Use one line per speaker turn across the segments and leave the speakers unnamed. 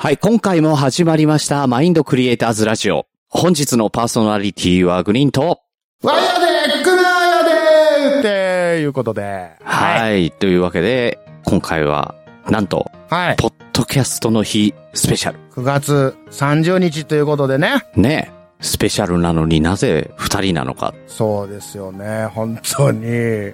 はい、今回も始まりました、マインドクリエイターズラジオ。本日のパーソナリティはグリーンと、
わやでくなやでっていうことで。
はい、
い。
というわけで、今回は、なんと、
はい。
ポッドキャストの日、スペシャル。
9月30日ということでね。
ねえスペシャルなのになぜ二人なのか。
そうですよね。本当に。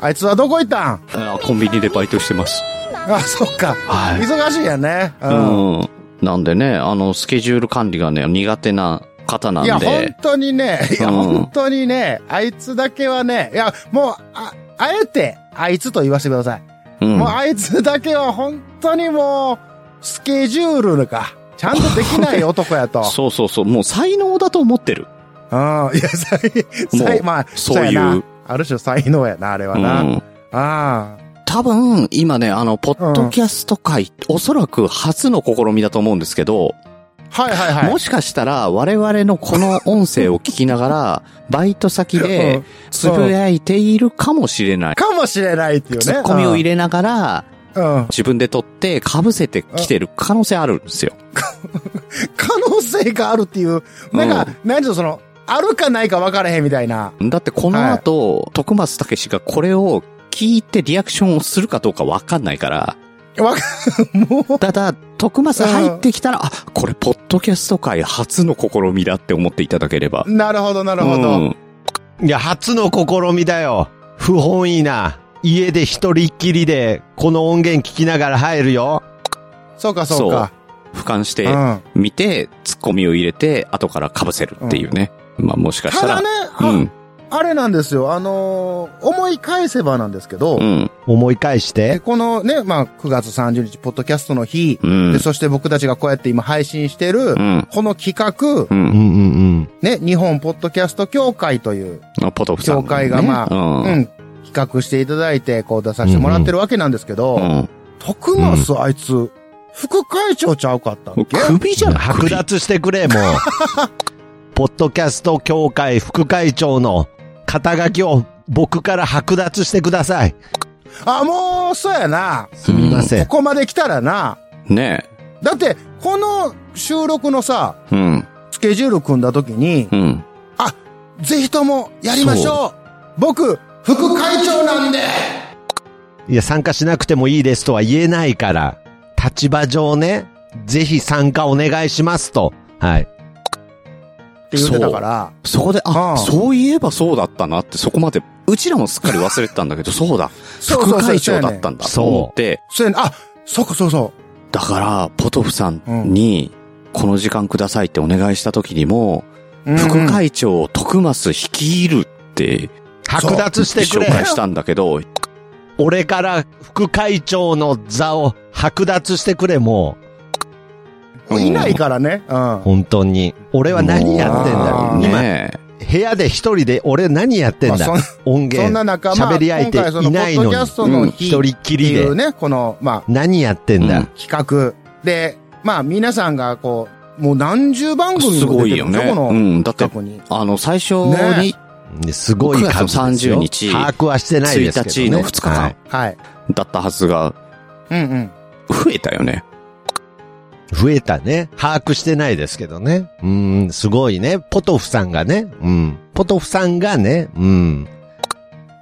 あいつはどこ行ったん
あコンビニでバイトしてます。
あ、そっか。
はい。
忙しいやね。うん。
うん。なんでね、あの、スケジュール管理がね、苦手な方なん
い
で。
や、本当にね。いや、
うん
本当にね。あいつだけはね。いや、もう、あ、あえて、あいつと言わせてください。
うん
もう、あいつだけは本当にもう、スケジュールか。ちゃんとできない男やと。
そうそうそう、もう才能だと思ってる。
うん。いや、才、才、まあ、
そういう
やな。ある種才能やな、あれはな。
うん
あ
多分、今ね、あの、ポッドキャスト界、おそらく初の試みだと思うんですけど、
あ。はいはいはい。
もしかしたら、我々のこの音声を聞きなが ら、バイト先
う
で
ん、
つぶやいているかもしれない。
かもしれないっていうね。
ツッコミを入
れ。
れながら、
うん。
自分で撮って、被せてきてる可能性あるんですよ。
可能性があるっていう。なんか、なんちょっとその、あるかないか分からへんみたいな。
だって、この後、徳松武がこれを聞いてリアクションをするかどうかわかんないから、
わか、 もう、
ただ、徳松入ってきたら、あ、これ、ポッドキャスト界初の試みだって思っていただければ。
なるほどなるほど。
うん
いや、初の試みだよ。不本意な。家で一人っきりで、この音源聞きながら入るよ。
そうかそうか。
俯瞰し
う
て
ん。
見て、ツッコミを入れて、後から被せるっていうね。まあもしかした
ただ
ら。
ね、
う
あ
ん。
あれなんですよ。あのー思い返せばなんですけど、
うん。
思い返し
え
て。
このね、まあ、9月30日、ポッドキャストの日、
うん
で、。そして僕たちがこうやって今配信してる、
うん。
この企画、
う
うん
ん。
うん
ね、日本ポッドキャスト協会という、
ポトフさんのね。
協会がまあ
うん。
うん、企画していただいて、こう出させてもらってるわけなんですけど、
うん。
徳松あいつ、副会長ちゃうかったっけ
首じ
う
ゃ
ん。
ん。
剥
首。
奪してくれ、もう。ポッドキャスト協会副会長の肩書きを僕から剥奪してください。
あ、もう、そうやな。
すみませ
こ
ん。
こまで来たらな。
ね
だって、この収録のさ、
え。うん。
スケジュール組んだ時に、
うん。
ぜひともやりましょう僕、副会長なんで
いや、参加しなくてもいいですとは言えないから、立場上ね、ぜひ参加お願いしますと。はい。
って言ってたから、
そこで、
う
あ、
ん
そういえばそうだったなって、そこまで、うちらもすっかり忘れてたんだけど、そうだ。
そう
副
そうそう
会
そう
長
やね
だったんだ。と思って、
そうやねあ、そうかそうそ
だから、ポトフさんに、この時間くださいってお願いした時にも、
う。うん
副会長を徳増率いるって、
剥奪してくれ。
紹介したんだけど、
俺から副会長の座を剥奪してくれ、も
うん
いないからね。うん
う。。本当に。俺は何やってん
もう
だよ。
ね
今、部屋で一人で俺何やってんだ
まあ
音
そんな
源。
中、まあ、
喋り相手
今回その
いない
ポッドキ
のに
ャストの日
一
っ
人っ
て
きり
い
で
う。ね、この、ま
何やってん
う
だ
ん。
あ、企画。で、まあ、皆さんがこう、もう何十番
え。
組
す
も
ご
出
い
てる
よ
んで
ね
しょ、。こ
う
の
ん。だって、
企画に。
あの、最初に
ね、
すごい数
9
です
月30
よ。
日
把握はしてないですけど、
1
ね。
日の2日間
はい
はい。
だったはずが、
うんうん。
増えたよね。
増えたね。把握してないですけどね。うん、すごいね。ポトフさんがね。うん。ポトフさんがね。うん。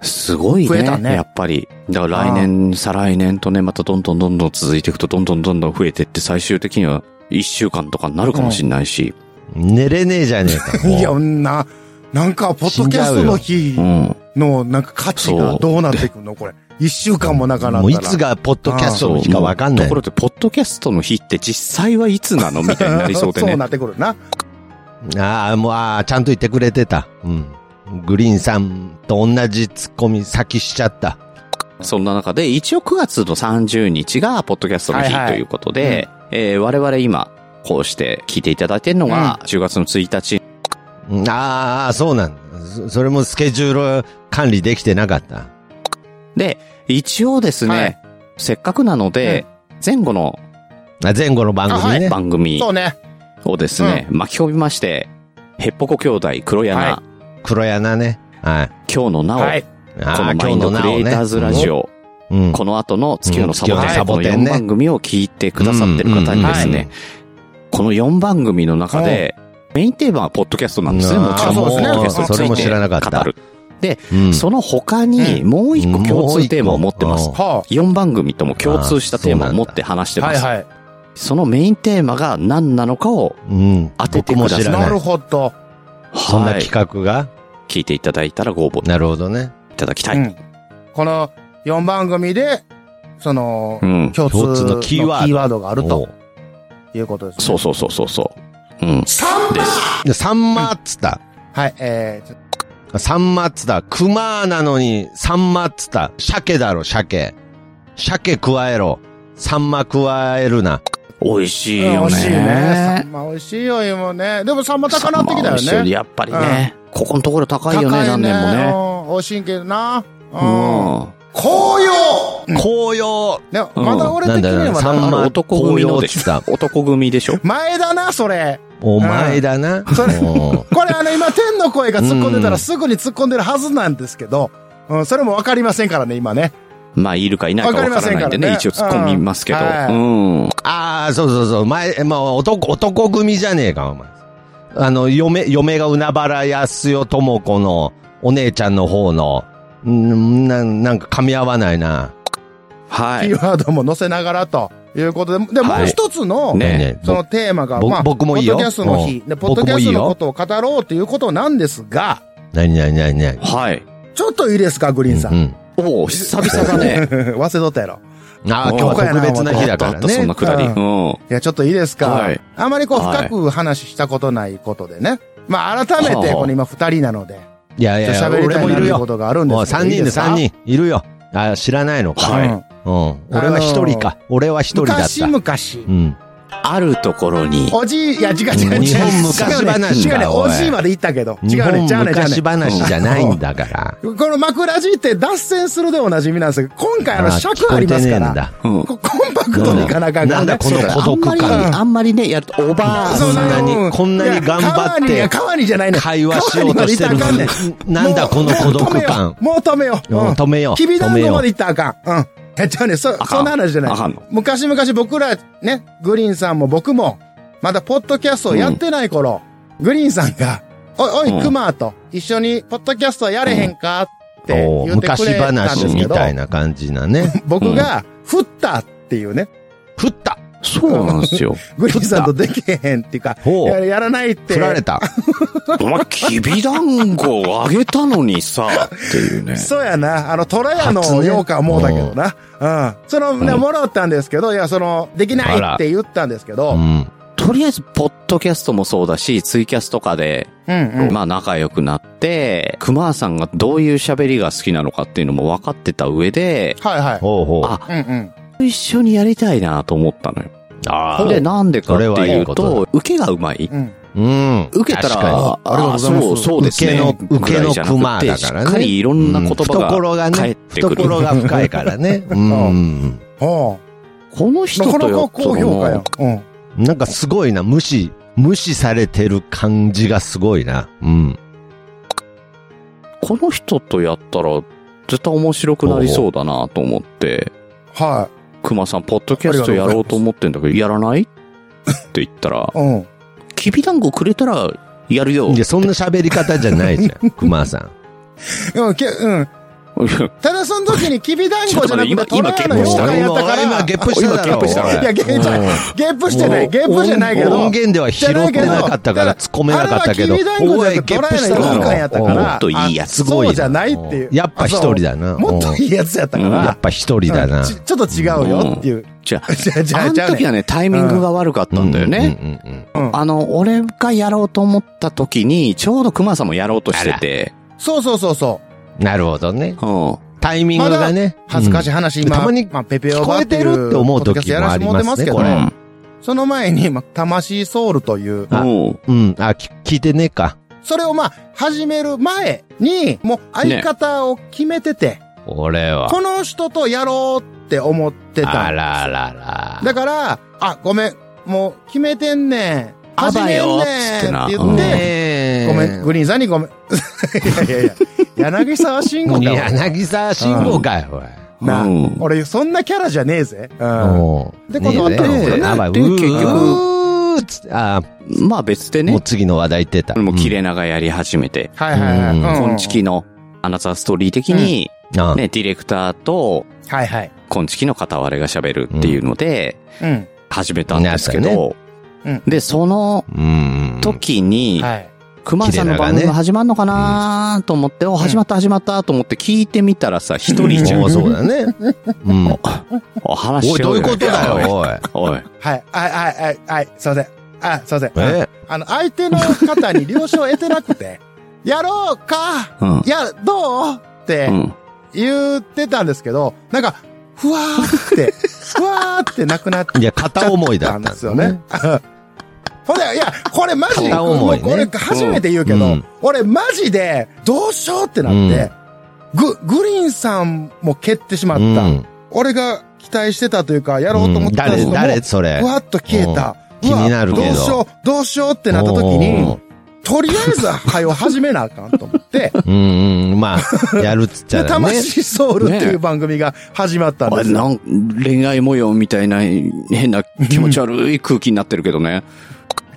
すごいね。
増えたね
やっぱり。だから来年、再来年とね、またどんどんどんどん続いていくと、どんどんどんどん増えてって、最終的には1週間とかになるかもしれないし。
寝れねえじゃねえか。 もう
いや、な、なんか、ポッドキャストの日
うん。
の、なんか価値がどうなっていくのこれ。一週間もなかな
も
っ
うい
たら。
つがポッドキャストの日かわかんな
と
い
こ。ろで、ポッドキャストの日って実際はいつなのみたいになりそうで
そ
ね
う。なってくるな。
ああ、もう、ああ、ちゃんと言ってくれてた。うん。グリーンさんと同じツッコミ先しちゃった。
そんな中で、一応9月の30日が、ポッドキャストの
はい
日
はい
ということで、えー我々今、こうして聞いていただいてるのが、10月の1日、
うんああ、そうなんだそ。それもスケジュール管理できてなかった。
で、一応ですね、
はい
せっかくなので、前後の
あ前後の番
あは
組ね。
番組
そうね。
をですね、巻き込みまして、ヘッポコ兄弟、黒柳、
は
黒柳ね。はい。
今日のなお、
はい。
こ
あ
の
あ、
マインドクリエイターズラジ
オ。
オ、
うん。
この後の月夜のサボテン、
うん月夜のサ
こ
ボ
の
テンね
4番組を聞いてくださってる方にですね、
うんうん
うん
この4番組の中で、メインテーマはポッドキャストなんですね、
うん
もちろん。
あそうですね
ポッドキャストについて
それも
知らなかった
語る。
うん
その他に、もう一個共通テーマを持ってます
うん。
は
4番組とも共通したテーマを持って話してま
あ。は
す。
いはい。
そのメインテーマが何なのかを、
うん。
当ててください
僕も知ら
な
な
る
い。
ほど。
そんな
はい
企画が
聞いていただいたらご応募い
なるほどね。
ただきたい。
うん。この4番組で、その
う、ん。
共
共
通
通
の
の
キ
キ
ー
ー
ワ
ワード
ードがある
お
と
う
いうことですね。
そうそうそうそうそう。うん。です。
でサンマっつった。
はい、えー、
サンマっつった。クマなのに、サンマっつった。鮭だろ、鮭。鮭加えろ。サンマ加えるな。
美味しい
美
よね。
味しいね。サンマ美味しいよ、今ね。でもサンマ高なってきたよ
サンマ美味しい
ね。
やっぱりね。ここのところ高いよね、何年もね。
ね。おしんけどな。うん。
うん。
紅葉
紅葉
ね、
うん
まだ俺的にはま
なんだ
あ
だ
よ
の男組のでし
紅葉
ょ
っ。
男組でしょ。
前だな、それ。
お前だな。
それ
おう
これあの、今、天の声が突っ込んでた
う
ら
ん
すぐに突っ込んでるはずなんですけど、うん、それもわかりませんからね、今ね。
まあ、いるかいないかわからないんでね、
わかりま
一
せん
応突
か
っ
らね
込みますけど。
う
うん
はい
ん。
ああ、そうそうそう。前、まあ、男、男組じゃねえか、お前。あの、嫁、嫁が海原康代智子のお姉ちゃんの方の、んななんか噛み合わないな。
は
キ
い。
ーワードも載せながらということで、で、
はい
もう一つの、
ね
そのテーマが、
ぼ
まあ、
僕もいいよ
ポッドキャストの日、
うん
で、ポッドキャストのことを語ろうということなんですが、
何何何何
はい。
ちょっといいですか、グリーンさん。
ん。
おお久々だね。
忘れとったやろ。
ああ、
お
今日は特別な日だ
あ
か
っ
ら
た、そんな
ね。
くだり。
う
うん。
いや、ちょっといいですか、
はい
あまりこう、
はい
深く話したことないことでね。まあ、改め
はあは
て、
あ
この今二人なので、
いやい
ちょ
や
っ
い
と喋
や、
り
俺
たい
もい
なと
る
いうこ
よ。
とがあるんです
もう
けど。
三
いい
人
で
です
か
三。人。いるよ。ああ、知らないのか。
はい
うん
うん。俺は一人か。俺は一人だった。
昔々
う。ん。
あるところに、
おじい、いや、違う違う違う。
日本昔話
違うね。違うね。
だおい
おじいまで行ったけど。違
日
うね。違うね。違
本
うね。
昔話じゃないんだから。
この枕じって脱線するでおなじみなんですけど、今回あの
あー聞
尺
こ
あ
え
り
て
ま
ね
す
え
か
ん
ら、
だ。
うん。
こコンパクトにいかなあかんからね。
なんだこの
そう
孤独感
あんまり、あんまりね、やると、オーバー
そう
こんなに
う
こんなに
いや
頑張
川
って
にいや川にじゃないね。
会話しようとしてるの
川まで行ったらあかんねん
に、なんだこの孤独感。
もう止めよう。もう
うん止めよう
君
止めよう
まで行ったらあかん。うん。え、違うね。そ、
かん
そんな話じゃない
あかんの。
昔々僕ら、ね、グリーンさんも僕も、まだポッドキャストをやってない頃、グリーンさんが、おい、お
う
い、
ん
クマと一緒にポッドキャストやれへんかって
お
言ってく
昔
れたんです
話
けど、
みたいな感じなね。
僕が、振ったっていうね、
振った
そうなんですよ。
グリーンさんとできへんっていうか、
おう
ややらないって。
振られた。
お前、きびだんごあげたのにさ、っていうね。
そうやな。あの、トラヤの
初ね
羊羹もうだけどな。うん。その、ね、
うん
もらったんですけど、いや、その、できない
あら
って言ったんですけど、
う
うん
ん。
とりあえず、ポッドキャストもそうだし、ツイキャスとかで、
うん。
まあ仲良くなって、熊さんがどういう喋りが好きなのかっていうのも分かってた上で、
はいはい。
ほうほう。
あ
うんうん。
一緒にやりたいなと思ったのよ。
あ
で、なんでかって
それはい
い
いうこと
と、受けがうまい。
うん。
うん。
受けた
確かに
ら、あ
ありがとうございます
そう、そうですね。
受けの
ぐらいじゃなくて
受けの熊だからね
しっかりいろんな言葉
うん懐
が
がね
返ってくる。
懐が深いから ね。うん。
ほ
この
う。
人
なかな
と
か
よ、
高評価やん。うん。
なんかすごいな。無視、無視されてる感じがすごいな。うん。
この人とやったら、絶対面白くなりそうだなと思って、
は
熊さん、ポッドキャストやろうと思ってんだけど、やらないって言ったら
い。、うん。
きびだんごくれたら、やるよ。
いや、そんな喋り方じゃないじ ゃん。熊さん。
うん、けうん。ただその時に、きびだんごじゃなくて、
ちょっと待って今
トラヤの
今ゲップし
羊
た
羹やったから、
今ゲップし
今ゲップした
いや、ゲップじゃ
ただろ。
ない。ゲップしてない。ゲップじゃないけ
音
ど。
源では拾ってなかったから突っ込めなかったけど。
あれはきびだんごじゃなくて、トラヤの羊羹やったか
おい
ら。
もっといいやつ
あそうじゃないっていう。
やっぱ一人だな。
もっといいやつやったか
うん
ら。
やっぱ一人だな。
ちちょっと違うよっていう。
じゃあ、
じゃあ、じゃ
あ
あ、
の
じゃあ
時
ね。
はね、タイミングが悪かったんだよね。
うんうんうんうん。
あの、俺がやろうと思った時に、ちょうど熊さんもやろうとしてて、
そうそうそうそう。
なるほどね。
うん。
タイミングがね。
恥ずかしい
い。
話、
うん
今、
たまに
まあ、ペペオ
聞
バ
こえてるって思う
ポッドキ
時
ャストやら
もあ
せて
り
もらって
ま
ますす
ね、
け
こ
ど、
れ。
その前に、まあ、魂ソウルという、
う
あ
ん。
うん。あ、き聞いてねえか。
それをまあ、始める前に、もう相方を決めてて、
俺は。
この人とやろうって思って
あ
た。
ららら。
だから、あ、ごめん、もう決めてんねん。
あ
始
ば
めん
よ
ねんって
つってな
言って、
ねえ
ごめん、グリーンさんに ごめん。いやいやいや、柳沢慎吾だわ。
柳沢慎吾かよ、おい
なあ、
うん
俺、そんなキャラじゃねえぜ。う。
うんん。
で、この後、
ねえねえ
ね
やばい、う
で
ー
結局
うーっつってあ
まあ別で
ー、も
ね
う、次の話題行ってた。
もう切れ長やり始めて、
はいはいはい。
うん
うん
コンチキのアナザーストーリー的に、
うん。あー
ね、ディレクターと、
はいはい。
コンチキの片割れが喋るっていうので、
うん。
始めたんですけ
ね
ど、
うん
で、その
うん。
時に、
はい。
熊さんの番組が始まるのかなと思って、お、始まった始まったと思って聞いてみたらさ、一人じゃん。
もうそうだね。うん。お
お話し
い、
しよ
どういう
よ
ことだよ、 お
お
い。
い。
はい。はいはいはいはい。すいません。あ、すいません。
え
あの、相手の方に了承を得てなくて、 やろうか
うん。
や、どうって
うん。
言ってたんですけど、なんか、ふわー って、ふわーってなくなっ
いや、片思いだった
んですよね。。 ほんで、いや、これマジで、
片思いね
もうこれ初めて言うけど、
うん
俺マジで、どうしようってなって、グ、グリーンさんも蹴ってしまっ
う
た。
ん。
俺が期待してたというか、やろうと思ってた
うん
人も、
誰、誰、それ
ふ。わっと消えた。
う
う
ん
わ
気になるけど
どうしよう、どうしようってなった時
お
に
ー、
とりあえず、はよ始めなあかんと思って、
うんうん、まあ、 やるっつっちゃ
で、
うよね。
魂ソウルっていう番組が始まったん
あ
で
れ
すよ。
なん恋愛模様みたいな変な気持ち悪い空気になってるけどね。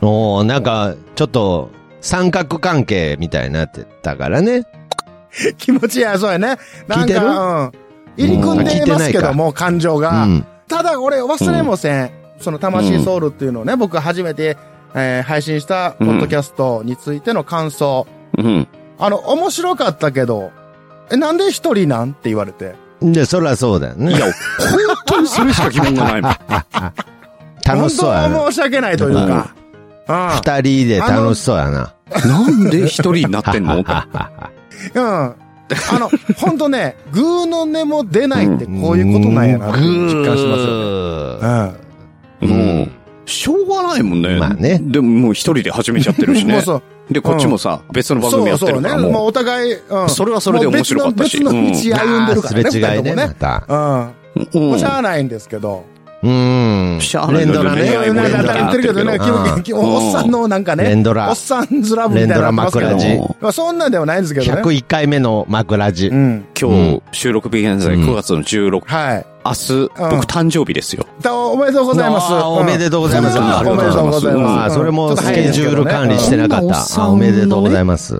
おおなんか、ちょっと、三角関係みたいになってたからね。
気持ちいい、そうやね。な
聞い
ん
てる
か、うん。入り組んでますけども、感情
う
が。
ん。
ただ俺忘れもせん。その魂ソウルっていうのをね、僕初めて、えー配信したポッドキャストについての感想。
うん。
あの、面白かったけど、え、なんで一人なんって言われて。
で、そりゃそうだよ
い
ね。
や、本当にそれしか疑問がないもん。
楽しそうや
本当
な。
は申し訳ないというか。う
二人で楽しそうやな。
なんで一人になってんの
ん。うん。あの、本当ね、 グーの音も出ないってこういうことなんやなって実感しますよね。
う
うん
ん。しょうがないもんね。
まあね
でももう一人で始めちゃってるし
も
ね
う。そう。
で、こっちもさ、別の番組
そ
や
う
って
そ
る
う
か
ね。
ら
もう
も
お互い、うん。
それはそれで面白かったし
もう別の別の道歩んでるからね。
すれ違いね、
二人とも
また。
うん。
う。う
も
ん
うしゃあないんですけど。
うん。
しゃあない
連ドラ
恋
な
愛
ん
も
ね。
や
か言ってるけどね、
うん
気分気分おっさんのなんかね、
連ドラ
おっさんズラブみたいなのなってますけど。
連ドラ
枕
まあそんなんではないんですけどね。
101回目の枕地
う。ん。
今日、収録日現在
うん
9月の16、
はい。
明日、僕誕生日ですよ。
だおめでとうございます。
あーおめでとうございます。
うん
あり
お
がと
めでと
う
う
ご
ご
ざ
ざ
い
い
ます
ま
あ
す。
ーそれ
う
も
ん
スケジュール管理してなか
う
っ
ん
た。あおめでとうございます。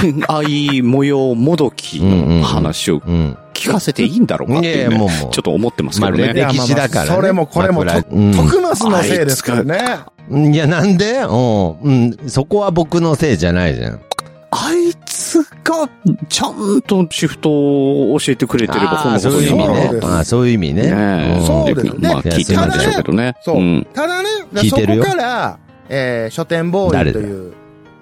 恋愛模様もどきの話を
うん。
聞かせていいんだろうかっていう、
いや
ね
もうもう
ちょっと思ってますけど
まあ
ね。
歴史だからね
いやまあまあそれもこれも、
枕
と
うん
徳松のせいですからね。
いや、なんでうん。うん。そこは僕のせいじゃないじゃん。
あいつがちゃんとシフトを教えてくれてれば、こ
あー
の
そ
こ
う
と
い
に
う意味
なら
そ
なかっ
うで。
ね
す
あーそういう意味ね。
ねえ
ん
そうですね
まあ聞いてたんでしょうけどね。
そう
うん
ただね、
聞い
そ
てる
こ
よ
から、えー、書店ボーイという、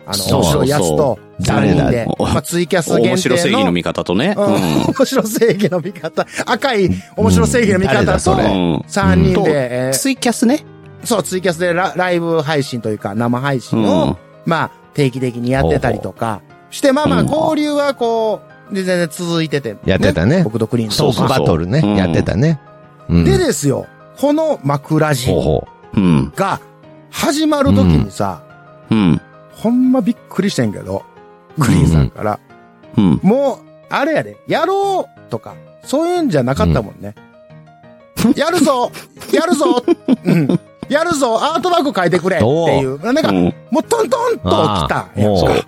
あの、
そう
面白いやつと、
誰
3
だ
人で、まあ、ツイキャス限定の。
面白正義の味方とね。
うん面白正義の味方。赤い面白正義の味
うん誰だ
方
そ
と
れ、
うん。
3人
と
で、えー
ツイキャスね。
そう、ツイキャスでラライブ配信というか、生配
う
信を、
ん。
まあ、定期的にやってたりとか、して、まあまあ、
うん
交流はこう、で全然続いてて、
やってたね
僕とクリーン
ト
そう
と。
ークバトルね
そうそうそうう。ん
やってたね。うん。
でですよ、この枕
ほう
人
ほ
うん。
が、始まる時にさ、
うん。
ほんまびっくりしてんけど、グリーンさんから、
うん。
もう、あれやで、やろうとか、そういうんじゃなかったもんね。やるぞやるぞうんやるぞアートワーク書いてくれっていう。なんか、
うん
もうトントンと来た
あーもう
や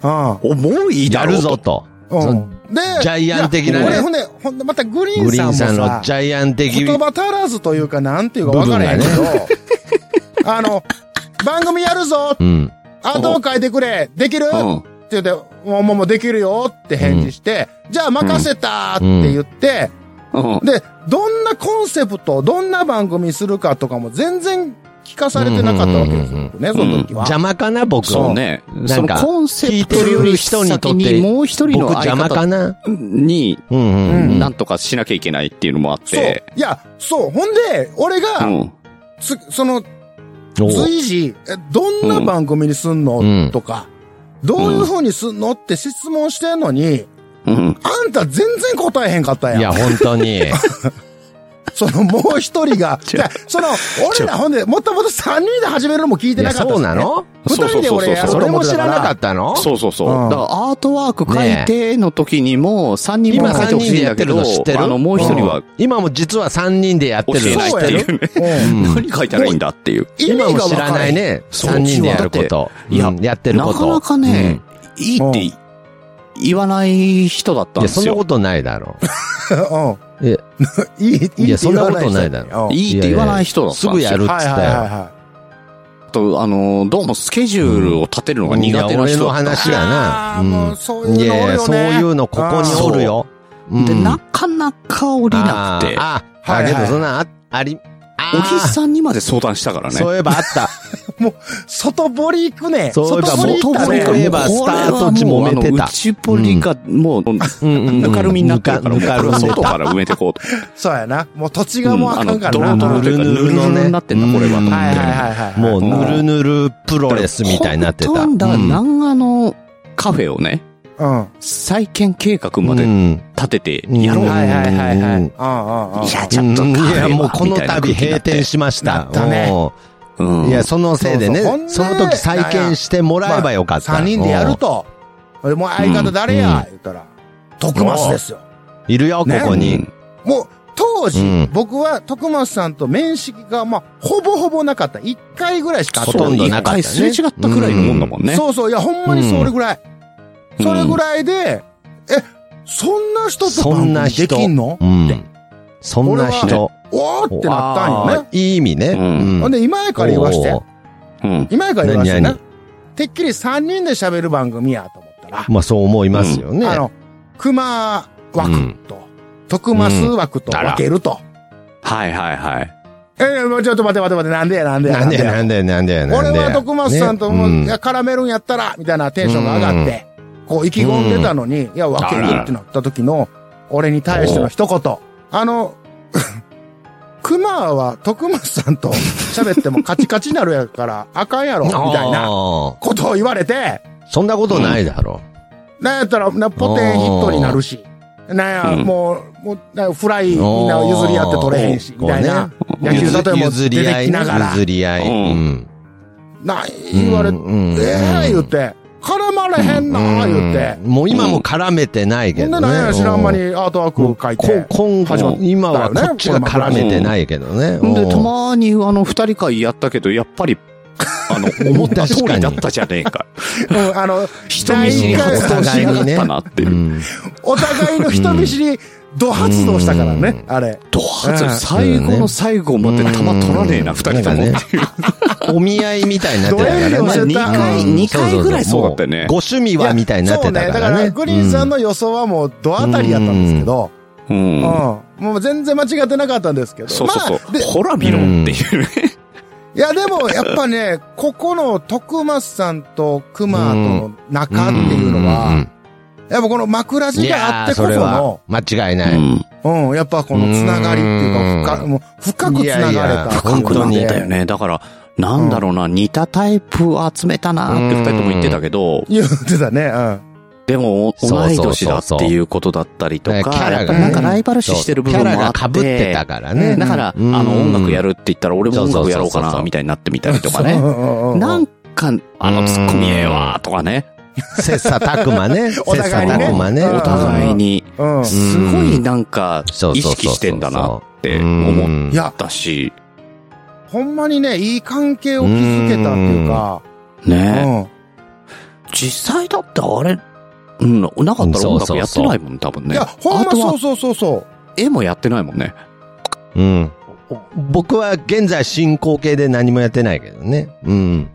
つが。
重いだ
や
ろう
る
と
ぞと。
うん
そ
で、
ジャイアン的なね
いやほんで、ほんで、ほんでまたグリー
グ
ン
リー
さ
ンさん
んも
の
さ、
ジャイアン的。
言葉足らずというか、なんていうか分からへんけど、あの、番組やるぞ
うん。
アートワーク書いてくれできる
うん。
って言って、もう、もう、もうできるよって返事して、じゃあ任せたって言って、
うん。
で、どんなコンセプト、どんな番組するかとかも全然聞かされてなかったわけですよ
うんうんうんうん
ね、その時は。
邪魔かな、僕
そうね。その
なんか
コンセプトより先
聞いてる人にとって
にもう一人
僕
の相
邪魔か
方
な。
に、
うんう。
うんん
なんとかしなきゃいけないっていうのもあっ
そう。い
て。
や、そう。ほんで、俺
う
が、
ん。
つ、その、
おう
随時、えどんな番組にすんの、
うん
とか、どういう風にすんのって質問してんのに、
うん。
あんた全然答えへんかったやん。
いや、本 当に。
そのも う一人が、いやその、俺らほんで、もともと三人で始めるのも聞いて
いや、
なかったし
そ
ね
うなの
そうそうそうそう
二人で俺やろ
そう
と
れ
思
も
って
知
たから
なかったの
そうそうそう。
うん
だからアートワーク書いての時にも、3人も書いてほしいんだけど、
今三人でやってるの知ってる
あの、もう一人は
今も実は3人でやって
教
る
えないっていうね。
うん
う ん
何書いたらいいんだっていう。
意味が
今
わ
も
か
知らない。ね。
そう
3人でやること。
いや
うんやってる
な
こと。
かなかね、い
うん
いって言わない人だっ
う
た
ん。
ん
い
で
や、そ
す
んな
よ
こ。とないだろ
うん。
え
いい、いいって
いやそんなこと
言わ
ない
人
だ
うん
いいって言わない人だ
う。
った
す
ん
ぐ
ですよ。
やるっつっ
はいはい
たよ。
は
あと、あの、どうもスケジュールを立てるのが苦手な人だ
いや俺の
った
話やな。
あーもうそういうの
いやいや
おるよ
そう
ね
いうのここにおるよ。うん
で、な、かなか降りなくて、
あーあ
はいは
ー、だ
い
けどそんな、ああり、あー
お日さんにまで相談したからね。
そういえばあった。
い。外堀行くね。
そういえば
外堀行った
外堀
ね
か
そういえばスタート時もめてた
これはもうあの内堀が、もう、
うんうんうん
ぬかるみになってるから、もう
ぬかぬかるんでた
外から埋めてこうと。
そうやな。もう土地
う
がもうん
あ
あか
の、
んか
ド
ら
ロド
な。
ロというか、
ぬ
ぬ
るぬ
る
るのね
ぬるになってんだ、これは。
うん
と思
はいはい
っ
はいはい。
もう、
ん
ぬるぬるプロレス
て
みたいになってた。
ほとんど、
うん
南アのカフェをね、
うん。はい
再建計画ま
う
で
ん
立ててやろう。い
はいはいはい。うんうんうん。
や、ちょっとカ
うん
フェ
い
は
や、もうこの
みたいな空気に
度
な
閉
って
店しました。
なったね
うん
うんいや、そのせいでね
そうそう、
その時再建してもらえばよかった。
三人でやると。俺もう相方誰や言ったら、徳松ですよ。
うん。いるよ、こ
ね
こに。
もう、当時、
うん
僕は徳松さんと面識が、まあ、ほぼほぼなかった。一回ぐらいしか会
ほ
って
と
ない
んど
なか
一
ったね
回すれ違ったくらいのもんだもんね。
そうそう、いや、ほんまにそれぐらい。
うん
それぐらいで、え、そんな人と
そん
番
な
組
人。
できんの
うん。そんな
俺
人。
おーってなったんよね。
あーいい意味ね。
うん
ほん
で、
で、今やから言わして
お。ー
うん。
今やから言わして
何
な。てっきり三人で喋る番組やと思ったら、
まあ、そう思いますよね。
あの、熊枠と、徳松枠と分けると。
はいはいはい。
えー、もうちょっと待って待って待って、なんでやなんでや
なんでなんでなんでなんで
俺は徳松さんともう、
ね
いや絡めるんやったら、みたいなテンションが上がって、こう意気込んでたのに、いや、分けるってなった時の、俺に対しての一言。あの、 熊は徳松さんと喋ってもカチカチになるやから、あかんやろ、
うん
みたい
あ
な
ー
ことを言われて、
そんなことないだろ
なんやったら、なポテンヒットになるし、な
う
んや、
ん
もう、もう、なんやフライみんな譲り合って取れへんし、
うん
みたいな。
う。
野球
譲
例えも出
譲り合
て
い
きながら、
譲り合い。
うん
うん
なん言われて、
うん
ええ言
う
うんて、絡まれへんな言って。
もう今も絡めてないけ
ほん
ど
で
ね。
何や知らん間にアートワークを書いて。
こ今
始まっ
後、今はこっちが絡めてないけど
で、
ね。うん
たまに、あの、二人会やったけど、やっぱり、あの、思った通りだったじゃねえか。
うん、あの、
人見知り発動しやがったなっていうう。
ん
お互いの人見知り、ド発動したからね、あれ。
ドハ
うん
ツ、最後の最後まで弾取らねえな、二人とも。
なんかお見合いみたいになってたからね。
ドラえもん教えた
ま
二
あ
回二回ぐらいそうだったよね
もうご趣味はみたいになってたか
そうね。だから
ね。
ら、グリーンさんの予想はもう、ド当たりやったんですけど、
う
うんん。。もう全然間違ってなかったんですけど。
そうそう
ま
そ
あ
う。
で
ほら見ろっていうね。
いや、でも、やっぱね、ここの徳松さんと熊との中っていうの
ん
は、やっぱこの枕
うんい
字があ
や
って
ー
こ
そ
そ
れは
の、
間違いうない。
ん。
うん、やっぱこのつながりっていうか、
う
深
ん
もう深くつながれたっていう
深
の
く
で
なったよね。だから、なんだろうな、似たタイプ集めたなって二人とも言ってたけど、
言ってたね、うん。
でも、同い年だっていうことだったりと
そうそうそうそ
か、
う
やっぱなんかライバル視してる部分もあって。
キャラが被ってたからね。
だから、あ
うん
の、音楽やるって言ったら、俺も音楽やろうか
そうそうそうそ
な、
う
みたいになってみたりとか
う
ね。
んうんうん
なんか、あの、ツッコミええわ、とかね。
切磋琢磨ね。 切
お互い
磋
にね
琢磨ね。
うん
お互いに、
うん。
すごいなんか、意識してんだなっ
って
思
いや
っ、たし、
ほんまにね、いい関係を築けたっていうか、う
ね。
ん。
実際だってあれ、うん、なかったら音楽やってないもん、多分
い
ね。
や、ほん
あ
ま
と
そ
は
うそうそうそう。
絵もやってないもんね。
うん。僕は現在進行形で何もやってないけどね。うん。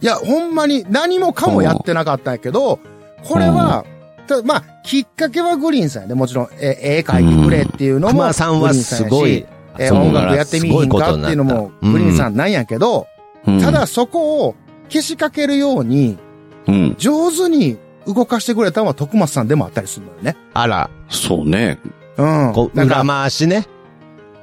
いや、ほんまに何もかもやってなかったんやけど、これは、たまあ、きっかけはグリーンさんやね。もちろん、え、絵描いてくれっていうのも。
熊さんはすごい
グリーンさんやし、え
そこ
音
から
楽やってみいひんかっていうの
すごい
も
こ、とになった
グリーンさんなんやけど、
うん
ただ、そこを消しかけるように、
うん。
上手に動かしてくれたのは徳松さんでもあったりするのよね。
あら、
そうね。
うん。
こう
なんか
裏回しね。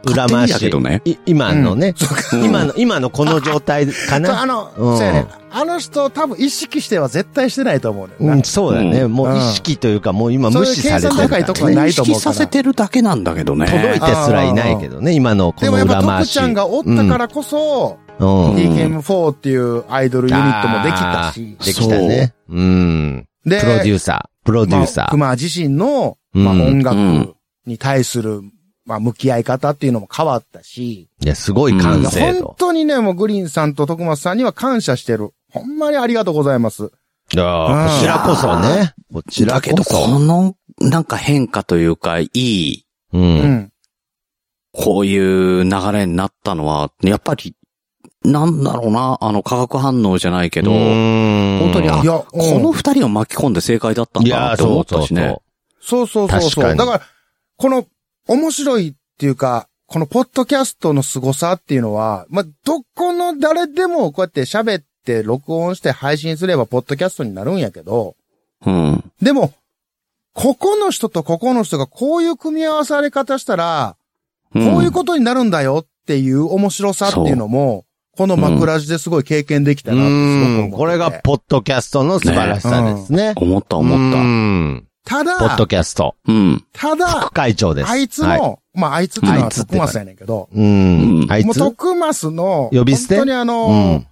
裏
勝手
回
にだけ
し
ど。ね。
い今のね、
うん
今の、今のこの状態か
そうあ
な。
の、
うん
そうやね。あの人多分意識しては絶対してないと思うねんな。
うん、そうだね。もう意識というか、もう今無視されてる
そういう計算高いとこはない
意識させてるだけなんだけどね。
届いてすらいないけどね、今のこ
で
の
もやっぱ
裏回
徳
し。
ちゃんがおったからこそ、
うん。で
TKM4 っていうアイドルユニットもできたし、
きたね。うん。
で、
プロデューサー。プロデューサー。
まあ、熊自身の、
うん
まあ、音楽
うん
に対する、まあ、向き合い方っていうのも変わったし、
いや、すごい完
いや
成
本
度。
当にね、もうグリーンさんと徳松さんには感謝してる。ほんまにありがとうございます。
いやーこちらこそね。こちら
だけど、
こ
こ
そ。
の、なんか変化というか、いい、
う。
うんん。
こういう流れになったのは、やっぱり、なんだろうな、あの、化学反応じゃないけど、
本
本当にあ
いや、
こ
うん
の二人を巻き込んで正解だったん
い
だな
やー
って思
そう
った
そう
し
そ
ね
う。。
そうそうそう
確
そ
か
う。
に
だから、この、面白いっていうか、このポッドキャストの凄さっていうのは、まあ、どこの誰でもこうやって喋って録音して配信すればポッドキャストになるんやけど、
うん。
でも、ここの人とここの人がこういう組み合わされ方したら、
こ
こういうことになるんだよっていう面白さっていうのも、この枕地ですごい経験できた
う
なってすごく思
ん。
ってて
これが、ポッドキャストの素晴らしさですね。
思った
う
思っ
ん
た
ポッ
だ
ド、キャスト。
た。うん。
た
副
だ、
会長です。
あいつ
はい
も、まああいつっていうの
あ
はい
つって
徳松やねんけど、
うん
う。ん
あい
もう
つう
徳松の、
呼び捨て
本当にあの、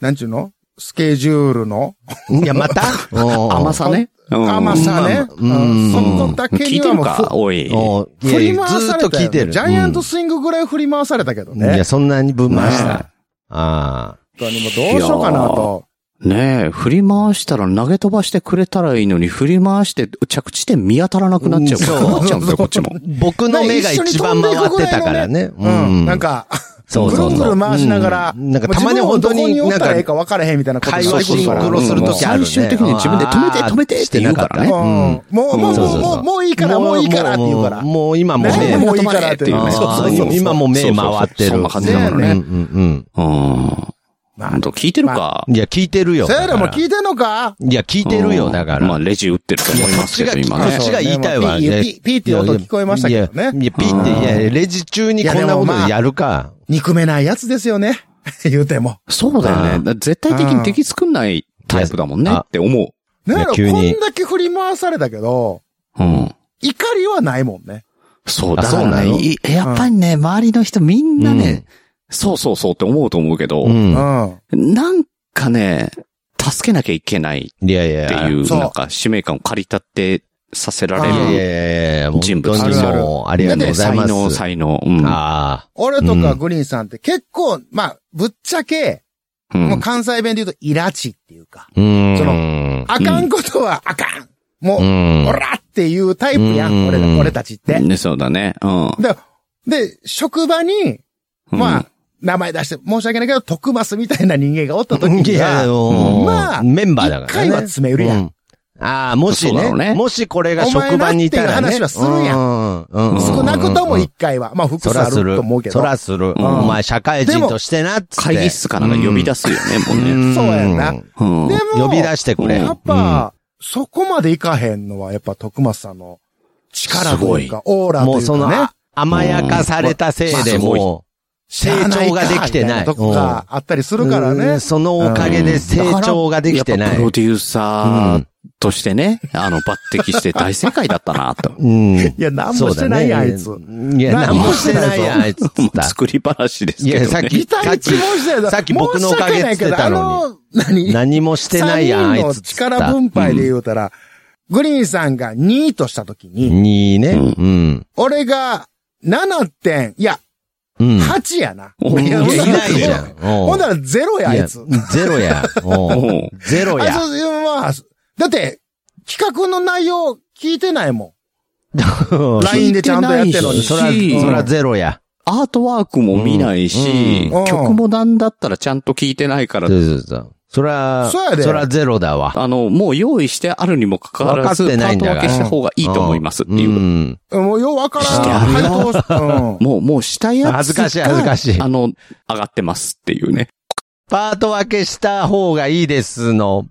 なんちゅうのスケジュールの
ん。いや、また
甘
甘
さね。
甘さね。
う
うんん
うん。
そこだけ
聞
に
いて
は
る
もう
か、おい。
ふ、振り回さ
ず
れ
っと
た
聞いて
よ。
る。
ジャイアントスイングぐらい振り回されたけど
うんい
ね
や、。そんなにぶん回し
ね
た。ああ。
本当にもうどうしようかなと。
ねえ、振り回したら投げ飛ばしてくれたらいいのに、振り回して着地点見当たらなくなっちゃうから、
うん
困っちゃうんだよ、こっちも。
僕の目が一番回ってたからね。
うん。なん、か、
そう
ぐ
そ
る
うそう。
ぐる回しながら、
うんなんかたまに本当に、
自分
な
はどこにお
ん
ったらええ
か、
か分からへんみたいなこと
会
にな
話
ってく
シ
る
ン
か
を
ら。
クロするときあるね。
最終的に自分で止めて止めてって言うからね
あー
うんもう、もう、もう、もう、もういいから、もういいからって言うから。
ももう今もう
ね
目、
もういいからっていう
ね
あー
そうそうそう
今もう目回って
そ
る。
うそうそうそんな感じだもん
う
ね。
んうん
うん。
ま
ほんと聞いてるか
う。ん。いや、聞いてるよ。
せやろ、もう
い
聞いてんのか
いや、聞いてるよ、だか
まあ、
ら。
レジ打ってると
いや
思い
こ
ま
っ
すけ
ち
ど、
が、こ
今
っ
ね。
ちが言いたいわ。
ピー
いや
ピーピーっていう音聞こえましたけどね
いやいや、ピーって、いや、レジ中にこんなことやるか。
憎めないやつですよね。言うても。
そうだよね。だから絶対的に敵作んないタイプだもんね
うん
って思う。
ねやろ、
いや急
こ
に
んだけ振り回されたけど、
うん。
怒りはないもんね。
そう、
あ
だから
そうなの。
ね、いやっぱりね、周りの人みんなね、そうそうそうって思うと思うけど、
うんん。
なんかね、助けなきゃいけない
いやいや
っていう、
そう
なんか使命感を駆り立ってさせられ
あ
い
ー
る
やいやいや、
人物
本当にもう、ありがとうござい
才
ます。
能、才能。うん。
あ
俺とかグリーンさんって結構、まあ、ぶっちゃけ、
うん
もう関西弁で言うと、イラチっていうか、
あ。うん。
その
の
あかんことはあかん。も
う
う、
ん。
おらっていうタイプや
うん
ん、俺ら、俺たちって。
ねそうだね。うん。
で、で、職場に、
うん
まあ、名前出して申し訳ないけど、徳マスみたいな人間がおった時
い
に
や、
は、
もう
まあ
メンバーだからね。
一回は詰めるやん
うああ、もし
そうだろう
ね、
ね
もしこれが職場にいたらね。
お前なっていう話はするやん
ん。うん。
うん
少なくとも
一
一回は、まあ、複
そ
数あ
ら
る
する
と思うけ。ど。
そ
そ
らする。
ん
お前社会人としてな、つって。
会議室からなんか呼び出すよね、もうね。
そうやんな
うん。
でも、
呼び出してくれ。
やっぱ、そこまでいかへんのは、やっぱ徳松さんの力というか、オー
う
ラ
ん、も
と
う
いう
そ
か
の、
ね
あ。甘やかされたせいで、
うんまあ
もう、成長ができてない。
とこがあったりするから
う
ね
ん。そのおかげで成長ができて
やっ
な
ぱ
い
プ。ロデューサーとしてね、あの、抜擢して大正解だったな、 と。
うん。
いや、なんもしてないや、あいつ。
いや、何
何
も
も
し
してて
な
ないい
やん、
や
あいつっつっ
もう
た。
作り話です
い
けど、
や、
ね。
さっき、
見た
さっ
一
き
文、字だよ。
さっき僕のおかげっつってたのに。
申し訳ないけどあの、何
何もしてないやん、あ
三人
い
の
つっつった。
力分配で言うたら、グリーンさんが2位としたときに、
にね。うん。
俺が7点、いや、
うん。
8やな。
うん
俺
い
い
や
ほんなら
ないじゃん。
ほ
ほ
んなら0や、あいつ。
ゼロや。おうゼロ
あい
や。
つ、まあ、だって、企画の内容聞いてないも
うん
ん。LINE でちゃんとやってるのに。
聞いて
そら、
し
そらゼロや。
アートワークも見ないし、
うんうん
曲もなんだったらちゃんと聴いてないから
そう、そうそう。そら、
そうやで
そらゼロだわ。
あの、もう用意してあるにもかかわらず、
分
パ
かってない
ー
ん
ト
だから
分けした方がいいと思いますっていう。
ん。
もうようわからん。
してあるな
配当うん
もう、もうしたやつが。
恥ずかしい恥ずかしい
あの、上がってますっていうね。
パート分けした方がいいですの、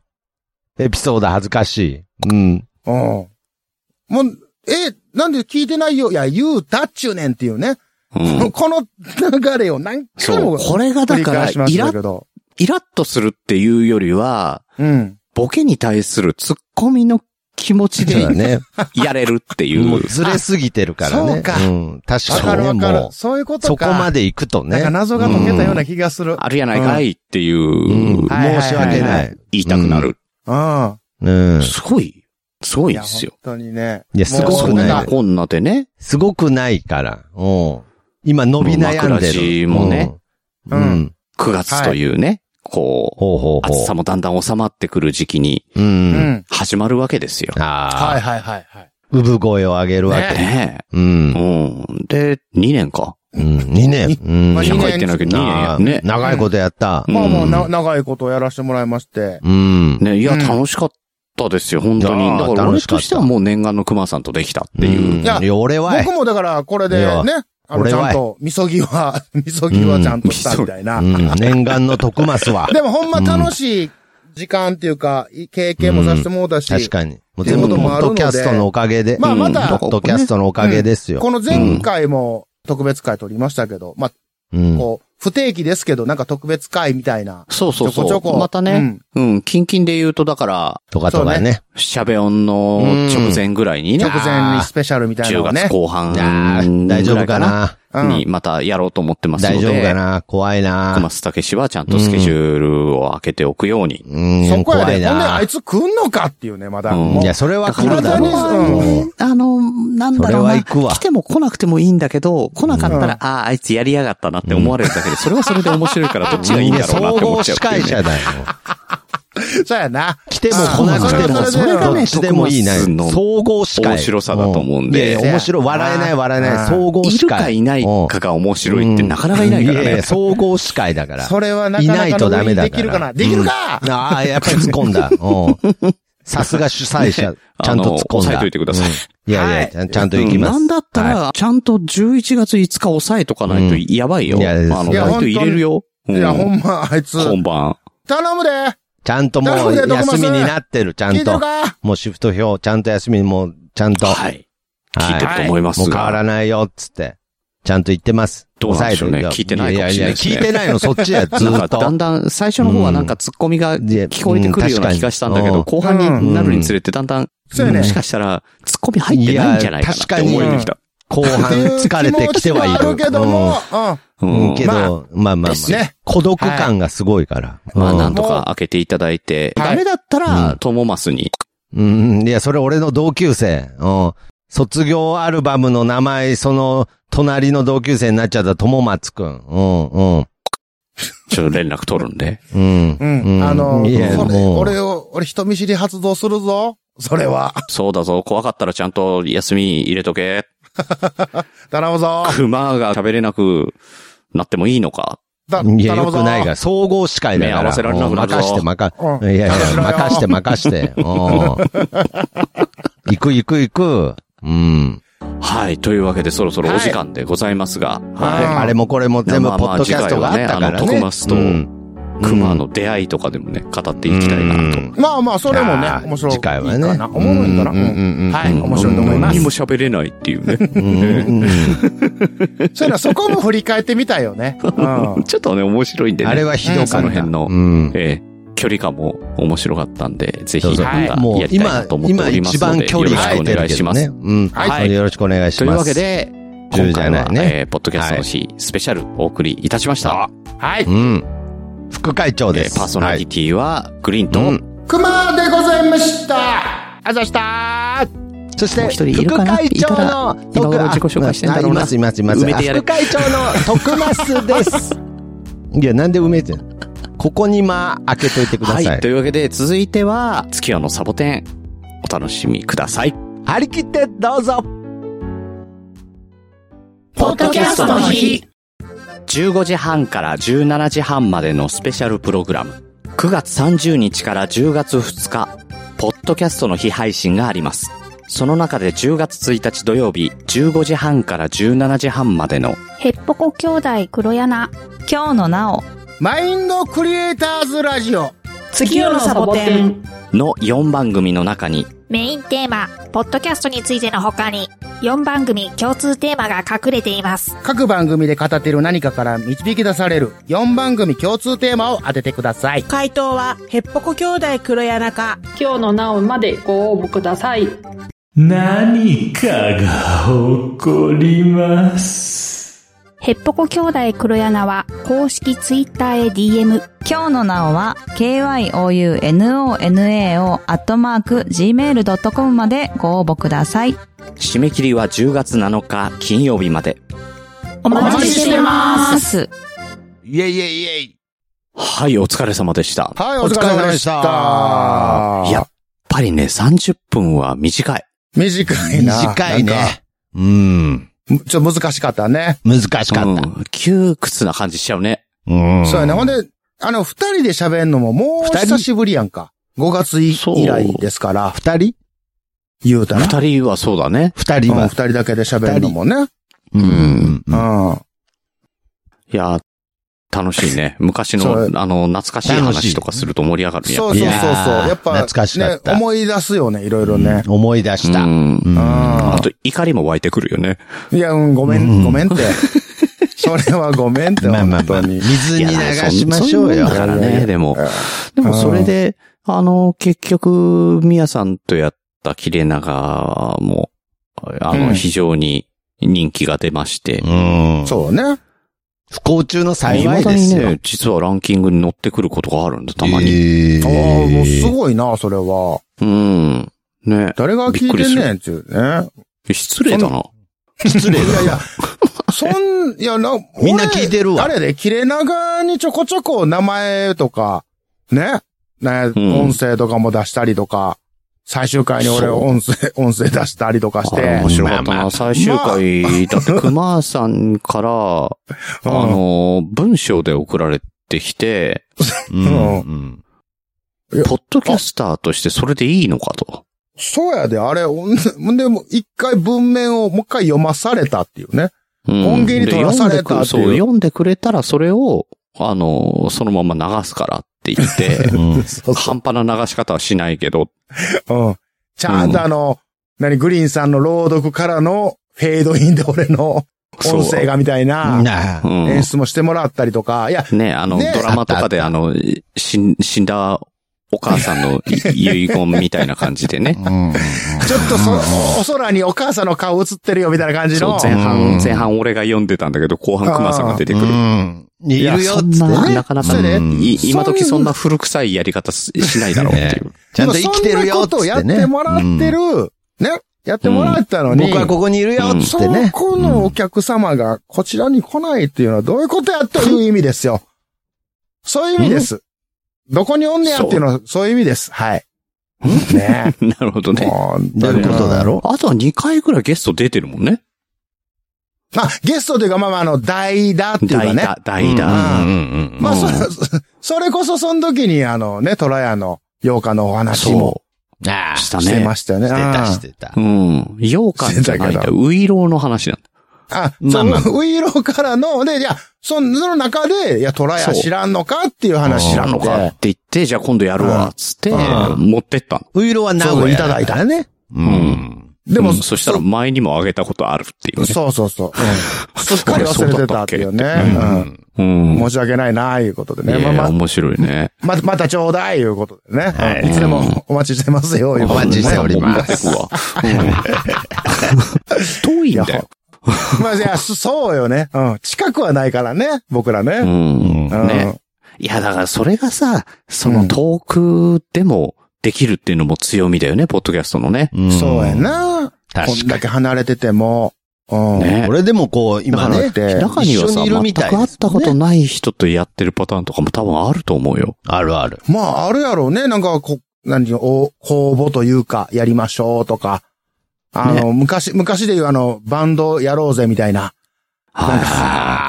エピソード恥ずかしい。うん。
うん。もう、え、なんで聞いてないよ。いや、言うたっちゅうねんっていうね。
うん。
この流れを何回
そ
も
う。これが
繰
だ
り
から、
返
イ
しました
ラ
け、ど。
イラッとするっていうよりは、
うん。
ボケに対するツッコミの気持ち
そう
で
だ ね。
やれるってい
もう
う。
ずれすぎてるからね。
あそうか
ん、確
わ
か
かる
にね
わかる
も。う、
そういうことか。
そこま
で。
で行くとね。
なんか謎が解けたような気がする。
あるやないかいっていうう、
ん、
はいはいはい
申し訳ない。
言いたくなる。
うん。うん。
うん。
すごい、すごいですよ。
いや本当にね。
いやすご
もう
そ
く
ん
ない
なこんなでね。
すごくないから。うん。今伸び悩んでる。
もう枕地もね
うん。う
うん
ん。
9月というね、こう、
ほうほうほう。
暑さもだんだん収まってくる時期に
う。
うんん。
始まるわけですよ。
あ
は
あ
い、はいはいはい。
産声を上げるわけ。
ねえ。
う。
うんん。で、2年か。
うん。2年。うん。
まあ
社
二年
会ってなきゃ2年
な
や
あ
ね。
長いことやった。
うん
まあもうな、長いことやらせてもらいまして。
うん。
ね、いや、
うん
楽しかったですよ、本当
いや
に。
ー
だから
楽
俺
しかっ
と
た
してはもう念願の熊さんとできたっていう。
ん
いや
いや、俺は、
僕もだから、これ
い
で
や
ね、あの、
俺
ち
は
ゃんと、みそぎ は、みそぎはちゃんとしたみたいな
う。ん、念願の徳松は。
でもほんま楽しい時間っていうか、い経験もさせてもらった
確
し、
かに。もう全部、ポッドキャストのおかげで。
まあま
うん
た
ポ、ッドキャストのおかげですよ。
この前回も特別会撮りましたけど、まあ、
うん。
こう、不定期ですけど、なんか特別会みたいな。
そうそう
ちょ
そ
こちょ
う。
こ
またね、うん、近々で言うと、だから、
とかとかね。
シャベオンの直前ぐらいに
直
ね、
前にスペシャルみたいな
10
のがね
月。後
いやー
半、
大丈夫かな
うん
にまたやろうと思ってますの
大
で、
丈夫かな怖い
熊
な
須武史はちゃんとスケジュールを開けておくように。
うん、
そこや
怖い
で、ほんで
な
あいつ来んのかっていうね、まだ。
うん
もう
いや、それは来るだ
体
ろ
にう
う。
あの、なんだろう
それは
な。
行くわ
来ても来なくてもいいんだけど、来なかったら、ああ、あいつやりやがったなって思われるだけで、それはそれで面白いからどっちがいいんだろうなって
総
思
合
っちゃう
司
っていうね。
会者だよ。
そうやな。
来ても来なくても、
それが
ど
ね
っちでもいいな。
徳松の
総合司会。
面白さだと思うんで
いやいや面白い。笑えない、笑えない。総合
い
司
るか
会。
いないかが面白いってなかなかいないから
うんやや
ね。
総合司会だから。
それはなかなか
いないとダメだから
できるかなできるか
ああ、やっぱり突っ込 んだ。うんさすが主催者、ちゃんと突っ込ん
押さ
だ。
えといてください
うんいやい
は
や
い
ちゃん、ちゃんと行きます。
なんだった
は
ら、ちゃんと11月5日押さえとかないと
うん
やばいよ。
いやいや
あの、
いや
バイト入れるよ。
いや、
うん
ほんま、あいつ、
本番。
頼むで
いちゃんともう
頼むで
休みになってる、ちゃ
聞い
ん
てる
と。
か
もうシフト表、ちゃんと休みにもう、ちゃんと。
はい。聞いてる
は
と思いま
いも
す
う変わ
が。
らないよ、つって。ちゃんと言ってます。
どうなんでしょうね
押さえと
聞いてないかもしれないですね
ややや聞いてないの、そっちや、ず
なん
っ
か、だん
と。
だん、最初の方はなんか突っ込みが聞こえてくるような気がしたんだけ
うん
ど、
うん
後半になるにつれてだんだん、
そうやね
もしかしたら、突っ込み入ってないんじゃないかなって思いにきた。
後
っ
半
ていう
疲れてきてはい
気持
る。
ちあるけども、うん。
う
うんうん
ん
けど、まあまあま
です
あ
ね。
孤独感がすごいから。
まあ、
うん
なんとか開けていただいて、
はい
ダメだった
う
ら
ん、
トモマスに。
うん、いや、それ俺の同級生。うん。卒業アルバムの名前、その、隣の同級生になっちゃった友松くん。うん、うん。
ちょっと連絡取るんで。
うん。
うん。あの、
いや、
それ
もう、
俺を、俺人見知り発動するぞ。それは。
そうだぞ、怖かったらちゃんと休み入れとけ。
頼むぞ。
熊が喋れなくなってもいいのか。
だ
いや、
頼
よ
むぞ。
くないが、総合司会だから。
目合わせられなくなるぞ
任して、任
う
せ、いやいや、
任せろよ
任して、任して。うん。行く、行く、行く。うん。
はい、というわけでそろそろお時間でございますが、
はい
は
あれもこれも
い。
全部
まあ
ポ
ま
ッ
あ
ドキャストがあっ
次
た
回
か
はね、
ら
あの、ト
ね。
クマスと熊の出会いとかでもね、語っていきたいなと。
うん
まあまあ、それもね
あ、ー
面白い。
次回はい
い
ね。
かなおもろいんかな。
う
うん
うん
ん
うん。
はい、
うん
面白いと思いま
何
す
も。喋れないっていうね。
う んうん
そういうの、そこも振り返ってみたいよね。うん。
ちょっとね、面白いんでね。
あれはひどかった。
その辺の
うん
ええ距離感も面白かったんで、ぜひ
そう
ま
そう
たや
もう
りたいなと思っておりますので、
今一番距離
よ
が
ろしくお願いします。
うん。
はい
それよろしくお願いし
という
ま
わ
す。
けで、今
10じゃ
回
な
は、
いね
えーポッドキャストの日、スペシャルお送りいたしました。
はい。
うん。副会長
え
で
ー
す。
パーソナリティは、グリーンと、
はい
も
う
うん
熊でございましたあざした
そして、
一人いる
副
かな
会
いた
長
ら
の、
今
徳
頃自己紹介してんだろう
あい
な。
ます、います、います。
埋めてや
あ
る
副会長の徳マ スです。いや、なんで埋めてんのここに間開けといてくだ
は
さ
い。
い
と。いうわけで、続いては、月夜のサボテン、お楽しみください。
張り切ってどうぞ
ポッドキャストの日15時半から17時半までのスペシャルプログラム9月30日から10月2日ポッドキャストの日配信がありますその中で10月1日土曜日15時半から17時半までの
ヘッポコ兄弟黒柳
今日のなお
マインドクリエイターズラジオ
月夜のサボテン
の4番組の中に
メインテーマ、ポッドキャストについての他に、 4番組共通テーマが隠れています。
各番組で語ってる何かから導き出される4番組共通テーマを当ててください。
回答は、ヘッポコ兄弟黒柳か。
今日のなおまでご応募ください。
何かが起こります。
ヘッポコ兄弟黒柳は公式ツイッターへ DM。
今日のなおは、kyounounao アットマーク gmail.com までご応募ください。
締め切りは10月7日金曜日まで。
お
待ちしてま
ス。
イェイイェイイェイ。
はい、お疲れ様でした。やっ
はい、お疲れ様でした。
お疲
れ様でしたいやぱりね、30分は短い。
短いな。
短い
なん
ね。うん。
か。ちょっと難しかったね。
難しかった。
うん窮屈な感じしちゃうね。
うん。
そうやね。ほんで、あの、二人で喋んのももう
二人
久しぶりやんか。5月い
そう
以来ですから、
二人
言うたら。
二人はそうだね。
二人
うん二
は。
人だけで喋るのもね。
う。
うんん
う。ん。
いや、楽しい ね。昔
そう
の、あの、懐かしい話とかすると盛り上がるやん。
そうそうそうそう。
いやー
やっぱ、
懐かしかった
ね、思い出すよね、いろいろね。
思い出し
う
た。
ん
うん
あ
あと、怒りも湧いてくるよね。
いや、うん、ごめ、
うんん
ご めんって。それはごめんって、
まあまあ
本
ま
当
あ、
に。
水に流しましょう
いや
よ
そ。んそういうもんだから
いやいやいや
ね、でも
うん。
でも、それで、あの、結局、ミヤさんとやった切れ長も、あ
うん
の、非常に人気が出まして、
うん。
そうね。
不幸中の
未
幸い
だ
で
に
すよ
ね。、実はランキングに乗ってくることがあるんだ、たまに。
に
ああ、もうすごいな、それは。
うん。ね
誰が聞いてんねんっていうね。
失礼だな。
失礼
いやいや、そん、いや、 な、
みんな聞いてるわ
俺あれで、切れ長にちょこちょこ名前とか、ね。ね、
うん
音声とかも出したりとか、最終回に俺
そう
音声、音声出したりとかし
あれ
て
面。白かった
まあまあ
な。最終回、だって熊さんから、あの、文章で送られてきて、
うんうん
いや
ポッドキャスターとしてそれでいいのかと。
そうやで、あれ、ほんほんで、もう一回文面をもう一回読まされたっていうね。
うん
音源に取らされ
で読んでく
たっていう
そう、読んでくれたらそれを、あの、そのまま流すからって言って、
うん。
そうそう
半端な流し方はしないけど、
うん。ちゃんとあの、何、グリーンさんの朗読からのフェードインで俺の
そう
音声がみたいな
なあ
う
演
ん。
出もしてもらったりとか、いや、
ね、あの、
ね
ドラマとかで
あ
あの、死ん死んだお母さんの 遺言みたいな感じでね。
うん
ちょっと そ、お空にお母さんの顔映ってるよみたいな感じ
そう
の、
前
うん
半、前半俺が読んでたんだけど、後半熊さんが出てくる。
うん。いるよっつって
そんな
ね。
なかなか
それで
うん
い今時
そ
そ
ん
ん
な
な古臭いやり方ししないだろうっていう。
ちゃんと生きてるよ
でもそんなこ
っつっ
と
て
やっ
ね。
てもらってる、ね、やってもらったの
うん
に、
僕はここにいるよっつっ
そ
てね。
このお客様がこちらに来ないっていうのはどういうことやという意味ですよ。そういう意味です。どこにおんねやっていうのはそういう意味です。はい。ね
なるほどね。
もう
なるほどだろ
あとは2回ぐらいゲスト出てるもんね。
まあ、ゲストというか、まあまあ、あの、代打っていうか
代
ね。
打、代打。
うんうんうん
まあ、それ
う、
それこそその時に、あのね、トラヤの洋歌のお話も
そ
ああ
う。し
した
して
ね
ま。したよ
て
ね。
た、
あ
し
ー
てた
う。ん。羊羹じゃないん
し
だ。
てたけ
ウイローの話なんだ。
あ、
ま
そ
あま
の、
あ
ウイローからの、で、いや、そのその中で、いや、トラヤ
そう
知らんのかっていう話
知
知
ら
ら
ん
ん
の
の
かっ
か
て。言って、じゃあ今度やるわ。つって、
うん
持ってったの。
ウイロは名
そう、
古屋。
いただいたね。
うん。
で
う
も、
んそしたら前にもあげたことあるっていうね。
そうそうそう。うん、すっかり忘れてたっていうね。
あ
う
うん
ん。
うん。
申し訳ないな、いうことでね。
い
ま
や
あまあ、
面白いね。
ま、またちょうだい、いうことでね。
はい
い、つでもお待ちしてますよ、いう
お
ことで、ね。
待ちしております
もう持ってくわ。うん遠いんだよ。
まあ、いや、そそうよね。うん。近くはないからね、僕ら
う
ね。
ん。
う
うん
ん。
ねいや、だからそれがさ、そ
う
の
ん
遠くでもできるっていうのも強みだよね、ポッドキャストのね。
うん
そうや。な。こ
確
ん
か
だけ離れてても。うん。
ね
に。これでもこう、今ね
だ、からって
中には
一緒
さ、
にいる
全
み
く
たいですね
会ったことない人とやってるパターンとかも多分あると思うよ。
あるある。
まあ、あるやろうね。なんか、こ、何、お、公募というか、やりましょうとか。あの、昔、昔で言うあの、バンドやろうぜみたいな。
はいは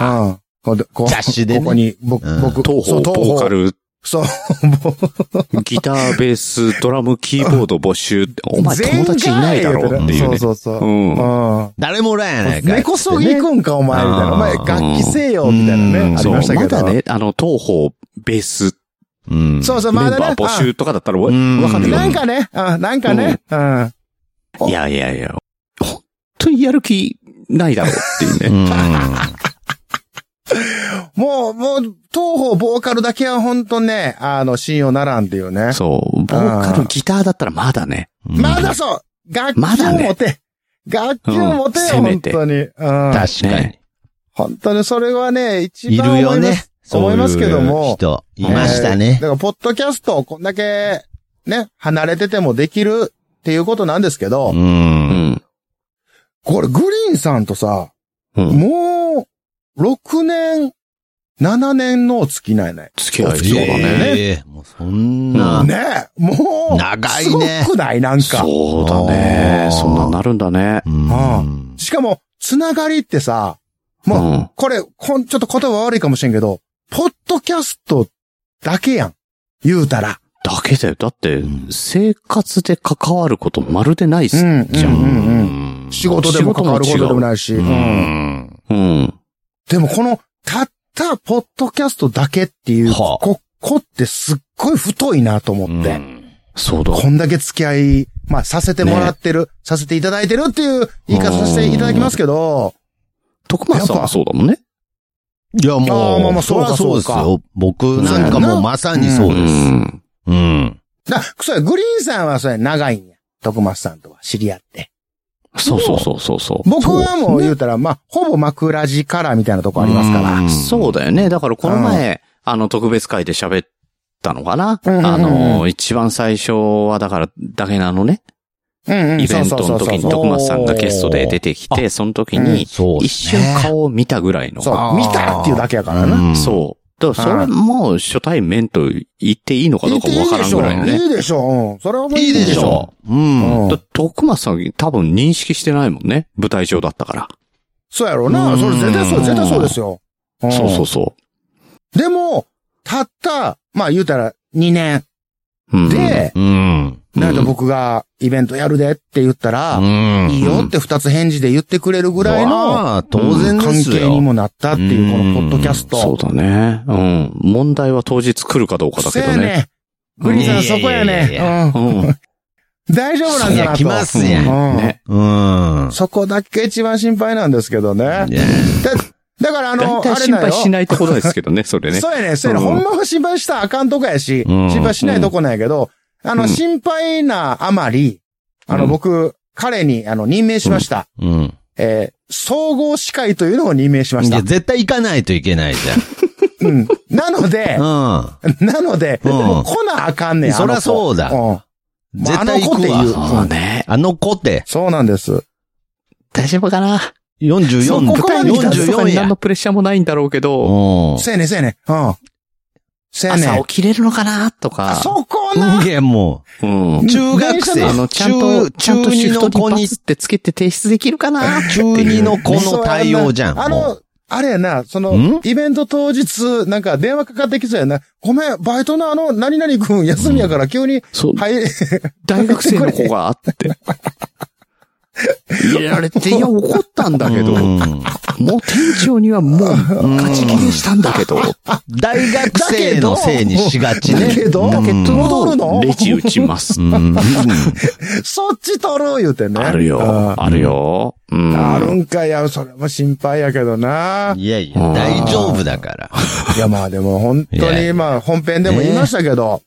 いは
うん。こうこう
雑誌でね
ここに、僕、
うん
僕、
い。東
そう
方、ボーカ。ル、
そう。
ギター、ベース、ドラム、キーボード募集。お前友達いないだろうっていう
そ
ね
う。そうそうう。
ん。
うん。
誰もおらんやないかい。
根こそぎ行くんか、お前、みたいな。お前、楽器せえよ、みたいな
うん
ね。あり
そう
ましたけ
ま
ど。
だね、あの、東方、ベース、
うん。
そうそう、
メン
ま
バ
だ
ー
ね。
募集とかだったらわ
うん
わか
あ
るよ。
なんかね、うん、なんかね、うん。
いやいやいや、本対やる気ないだろうっていう
う
ね。
ん。
もう、もう、東方ボーカルだけは本当ね、あの、信用ならんっていうね。
そう。ボーカル、ギターだったらまだね。
まだそう楽器
まだ
を
ね
持て、楽器を持てよ、
うんせめ
本
て
当に。うん。
確かに
ね。
本当にそれはね、一
い
番
る
思
よ
います。
ね。そう
思いますけども
人、いました
えー
ね。
だ。から、ポッドキャストをこんだけ、ね、離れててもできるっていうことなんですけど、
うんん。
これ、グリーンさんとさ、
うん。
もう、6年、7年のお付き合いね。
付き合い
そうだね
ええ。もうそんな
う。
ねえ、もう、
長いね
すごくないなんか。
そうだね
あ。ー
そんなんなるんだね。
うん
しかも、つながりってさ、
う
もう、
ん。
これ、こん、ちょっと言葉悪いかもしれんけど、ポッドキャストだけやん。言うたら。
だけだよ。だって
う、ん
生活で関わることまるでないっす。
ん、
じゃあ
うん
仕事でも関わることでもないし。
う
うん
ん。
うん。
でも、この、たった、ポッドキャストだけっていう、
はあ
ここってすっごい太いなと思って。
そうだ。
こんだけ付き合い、まあ、させてもらってる、させていただいてるっていう言い方させていただきますけど、
徳松さん
や
は
っぱ
そうだもんね。
いや、も
あ
う、
ーまあまあ
そりゃ
そうか
です
そ
よ。僕なんかもうまさにそうです。
ん。
うん。
だ、それ、グリーンさんはそれ長いんや。徳松さんとは知り合って。
そうそうそうそうそう。
僕はもう言うたら、まあ、ほぼ枕地からみたいなとこありますから。
うん
そうだよね。だからこの前、あの、特別会で喋ったのかな、
うんうんうん
あの、一番最初は、だから、だけなのね、
うんうん
イベントの時に徳松さんがゲストで出てきて、その時に、
そう
一
です
瞬
ね。
顔を見たぐらいの。
そうそうそうそう、見たっていうだけやからな。
うん
そう。だから、それもう初対面と言っていいのかどう
言っ
か
て
もわ
いい
か
で
らん
し
ぐ
ょ
らいのね。
いいでしょうん。それはもう
いいでしょう。うん。
う
だっ
ん
て徳松さん多分認識してないもんね。舞台上だったから。
そうやろな。それ絶対そう、絶対そうですよ。
そうそううそ
ん。でも、たった、まあ言うたら2年
う。うん、
で、
うん。
なんか僕がイベントやるでって言ったら、
うん
いいよって2つ返事で言ってくれるぐらいの
まあ当然
関
ですよ。
係にもなったっていう、このポッドキャスト。
そうだね。うん。問題は当日来るかどうかだけ
そう
ど
や
ね。
ね。グリーンさ
うんん
そこや
いやいやいやい
ね。うん
うん。
大丈夫なん
そ
だ
り
な
ゃ
と。
来ますやん
うん
ね
うん。
そこだけ一番心配なんですけどね。
いや
だからあ
大
の、あれだ
体。
よ
心配しないってことですけどね、それね。
そうやね、そうやね。
うん
ほんまは心配したらあかんとこやし、
うん
心配しないとこなんやけど、あ
う
の、
ん
心配なあまり、あの、
うん
僕、彼に、あの、任命しました。
うん。
えー総合司会というのを任命しまし
い
た
や、。絶対行かないといけないじ
うん。なので、
ゃん。
なので、
うん
もう来なあかんねん。
そら
あの子
そうだ
ん
うん。絶対行く
まああの子っていう
わ。
そうね。
あの子って、
そうなんです。
大丈夫かな。
そう
44
こ
だ
こまで来たら
そこ
44
に
や
何。のプレッシャーもないんだろうけど、
うん。
せやねんせやねん。うん。せやね
朝
ん。
起きれるのかなとか。
そこな、
いや、も
うん
う、。中学生、
あの、ちゃんと、ちゃんとシフトにバ
に
ツってつけて提出できるかな
中二の子の対応じゃん。
あ
も
の、あれやな、その
ん、
イベント当日、なんか電話かかってきそうやな。ごめん、バイトのあの、何々くん休みやから急に、
そう、
はい、
大学生の子があって。入れられて、いや、怒ったんだけど、も
う
うん店長にはもう、勝ち切れしたんだけど、
大学生のせいにしがちね。
だけど、
だけど
戻るの
レジ打ちます
う。ん。
そっち取ろう言うてね。
あるよ、あるよ。うん
あるんかいや、それも心配やけどな。
いやいや、大丈夫だから。
いや、まあでも本
い
当
やい
に、
や
まあ本編でも言いましたけど、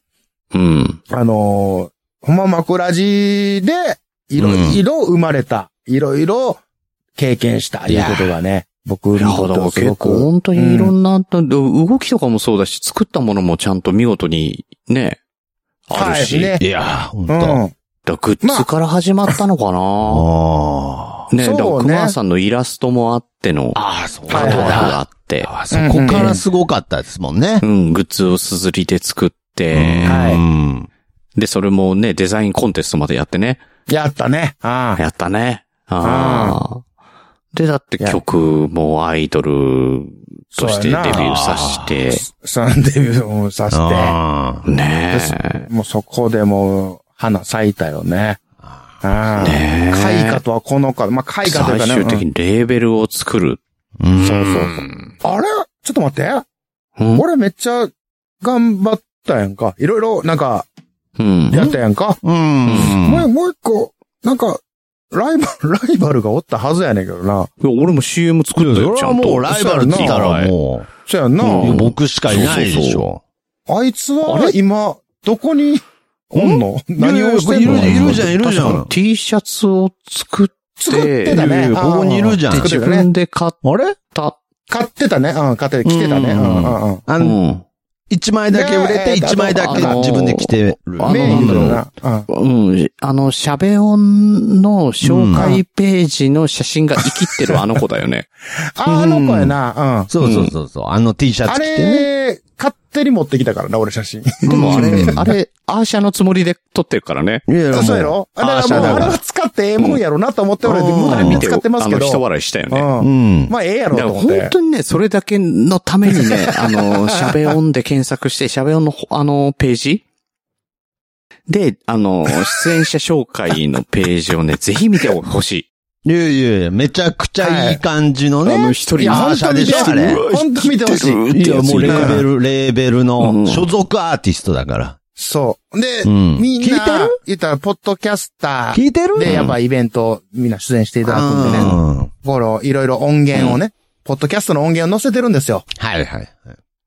うん。
あのー、ほんま枕地で、いろいろ生まれた、いろいろ経験した、いうことがね、僕
いや、
に
だ
と
か
って
ら
はすご
結
く。
構本当にいろんな、動きとかもそうだし、作ったものもちゃんと見事に、ね、あるし、
はいね
いや、ほん
う
と。
ん。
だからグッズから始まったのかな、
あ
ね、
そうね
だから熊さんのイラストもあっての、ア
あ、そう
ートワークがあ
だ。
って、
あそこからすごかったですもんね
う。ん、グッズをすずりで作って、
は
で、それもね、デザインコンテストまでやってね。
やったね。あ
やったね。ああ。で、だって曲もアイドルとしてデビューさせて、
あ。サンデビューをさせて。
い。
ね
もうそこでもう、花咲いたよね。ああ。
ねえ
開花とはこのか。まあ、開花という
最
かね。
終的にレーベルを作る。
う
そ
ん。
うそううんあれちょっと待って。
うん
俺めっちゃ頑張ったやんか。いろいろ、なんか、
うん。
やったやんか。
うん。
もう、もう一個、なんか、ライバル、 ライバルがおったはずやねんけどな。
いや俺も CM 作ったよ、ちゃんと。
もうライバルって言ったらも
そやんな。
う、
うん
僕しかいないでしょ。
あいつ
あ
は
れ
今、どこにおんの何をしてんの
いやいやいるじゃんいるじゃん
確か T シャツを作って、
作ってた
いや
ね
い。やここにいるじゃん
あー
で
作
自
ってたね。
分で買っ
あれ
た。
買ってたね。うん、買ってた。着てたね。う
う
んんうんうん。
あ
う
の、
ん。
一枚だけ売れ
ね
て、
え
一枚だけ
あの
自分で着てる。
あの
メインだよ
なん
な。うん。
うん。あの、シャベオンの紹介ページの写真が生きってるあの子だよ ね。
あ、あの子やな。
そうそうそうそう。あの T シ
う
ャ
ん。あ
ツ着てね。
れ、勝手に持ってきたからな、俺写真。
でもあれ
う、ん
あれ、アーシャのつもりで撮ってるからね。
いやいや も
そうやろだ
あ
からもう、あれ
そう
は
だ
使ってええもんやろなと思って、俺、無駄に使ってますけ
あの、人
ど。
笑いしたよ
う。
ね。
うんん。
まあ、ええやろ
だか
と
ら
思って
本。当にね、それだけのために ね、あの、シャベオンで検索して、シャベオンのほ、あの、ページで、あの、出演者紹介のページを ね、ぜひ見てほしい。
いやいやいや、めちゃくちゃいい感じのね。
あの、一
い
人
や、
の
あ
本当に見てほし
シャでしょあ
い。
れ
本当に見てほしい。
いや、もうレ
ね
ーベル、レーベル
う
の
ん
所属アーティストだから。
そう。で、
うん
みん
聞いて
な
る、
言ったら、ポッドキャスタ
聞いてる
ーで、やっぱイベント、みんな出演していただくんでね。
うん
この、いろいろ音源をね、ポッドキャストの音源を載せてるんですよ。
はいはい。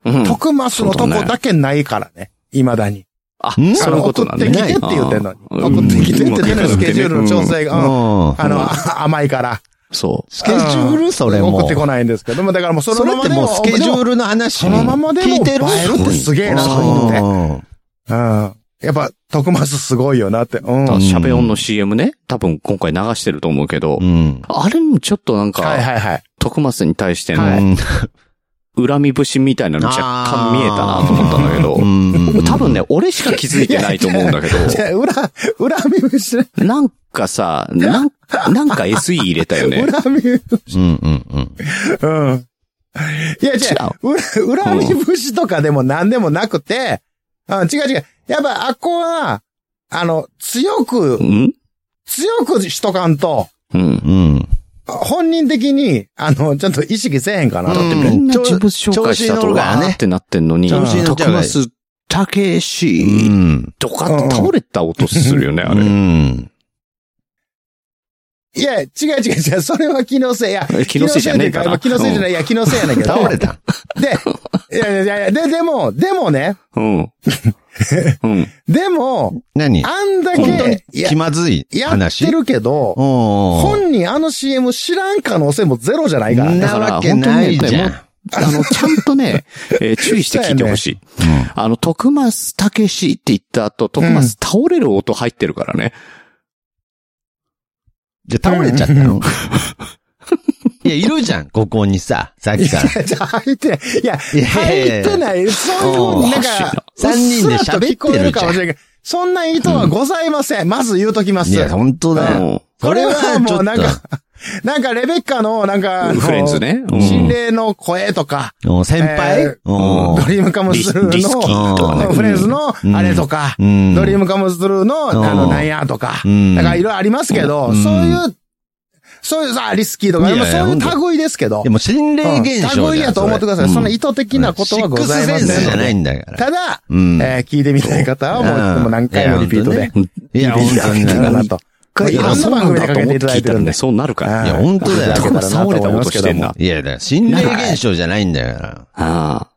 うん
徳スのとこだけないからね。未だに。
あ
ん、
そういうことなんだね。
送ってきてって言ってんのに。
あー
送ってきてって言ってんの
う
に、
ん
スケジュールの調整
う
が。うん
ん。
あの、あ甘いから。
そう。
スケジュールそれも。
送ってこないんですけども、だからもうそ
そ
の
れ
まま
って
で
もう
も。
スケジュールの話。
そのままでも
聞いてる
映えるってすげえな
そういう
のねで
うん
もうん。やっぱ、徳スすごいよなって。うん。
あの
はい
シャベオンの CM ね、多分今回流してると思うけど
う、ん。
あれもちょっとなん
はい
か、
はい。
徳松に対して
は
の
うん
恨み節みたいなの若干見えたなと思ったんだけ
う
ど、
ん。
多分ね、俺しか気づいてないと思うんだけ
じ
ど、
ゃ あ、裏、裏見し、
なんかさ、なんなんか SE 入れたよ ね。
裏見、
うんうんうん。
うん。いや、違う。裏、裏見節とかでも何でもなくて、うん、違う違う。やっぱ、あっこは、あの、強く
う、ん
強くしとかんと、
うん。
うん。
本人的に、あの、ちゃんと意識せえへんかな。
うん
みんな自分紹介したとわーってなってんのに、
調子に乗っ
徳
ちゃうからね
松たけ
う
し、
ん。
とかって倒れた音するよね、あれ
う。ん。
いや、違う違う違う。それは気のせい。いや、
え気のせいじゃねえかな
気のせいじゃない。いや、気のせいやねんけど。
倒れた。
で、いやいやいや、で、でも、でもね、
うん。うん。
でも、
何
あんだ
本当に
け、いや
気、まずい
やっ
話
てるけど、
本
本人あの CM 知らん可能性もゼロじゃないからね。
だから
なわけないじゃん。
あの、ちゃんと ね、えー注意して聞いてほしい。あの、徳松たけしって言った後、徳松倒れる音入ってるからね。
じゃ、倒れちゃったのいや、いるじゃん、ここにさ、さっきから。
じゃあ入ってない。いや、
いやいやい
入
や
ってない。そういうふうになんか、
うん
うっすらと聞こえかもしれんけどそんな意図はございません。まず言うときま
い
す。
や、本当だよ。
これはもうなん
これは
か、 なんかレベッカの、なんか、あの
フレンズねうん
心霊の声とか、
お先輩
えー
お
ドリームカムスルーの、
リリスキ
ーとかね
うんフレンズの
うん
あれとか、
うん
ドリームカムスルーの、
ん
あの、なんやとか、
うん
だからいろいろありますけど、
うん
そういう、そういうさ、リスキーとか、
いやいや
そう
本当
いう類ですけど
で、も、心霊現象じゃん。
うん類やと思ってください。そんな意図的なことはございませんので。
シックスセンスじゃないんだから。
ただ、
うん
えー聞いてみたい方はもう、でも何回もリピートで。
いや、
聞いてい
本
た
当
だけ
に
たら
な
なん
か。
と。いろんな番組でかけていただいてるんで。
そうなるから。
はい
や、本当だ
い
よ。
や
徳松倒れた音してんな。
いや、だから心霊現象じゃないんだから。
あ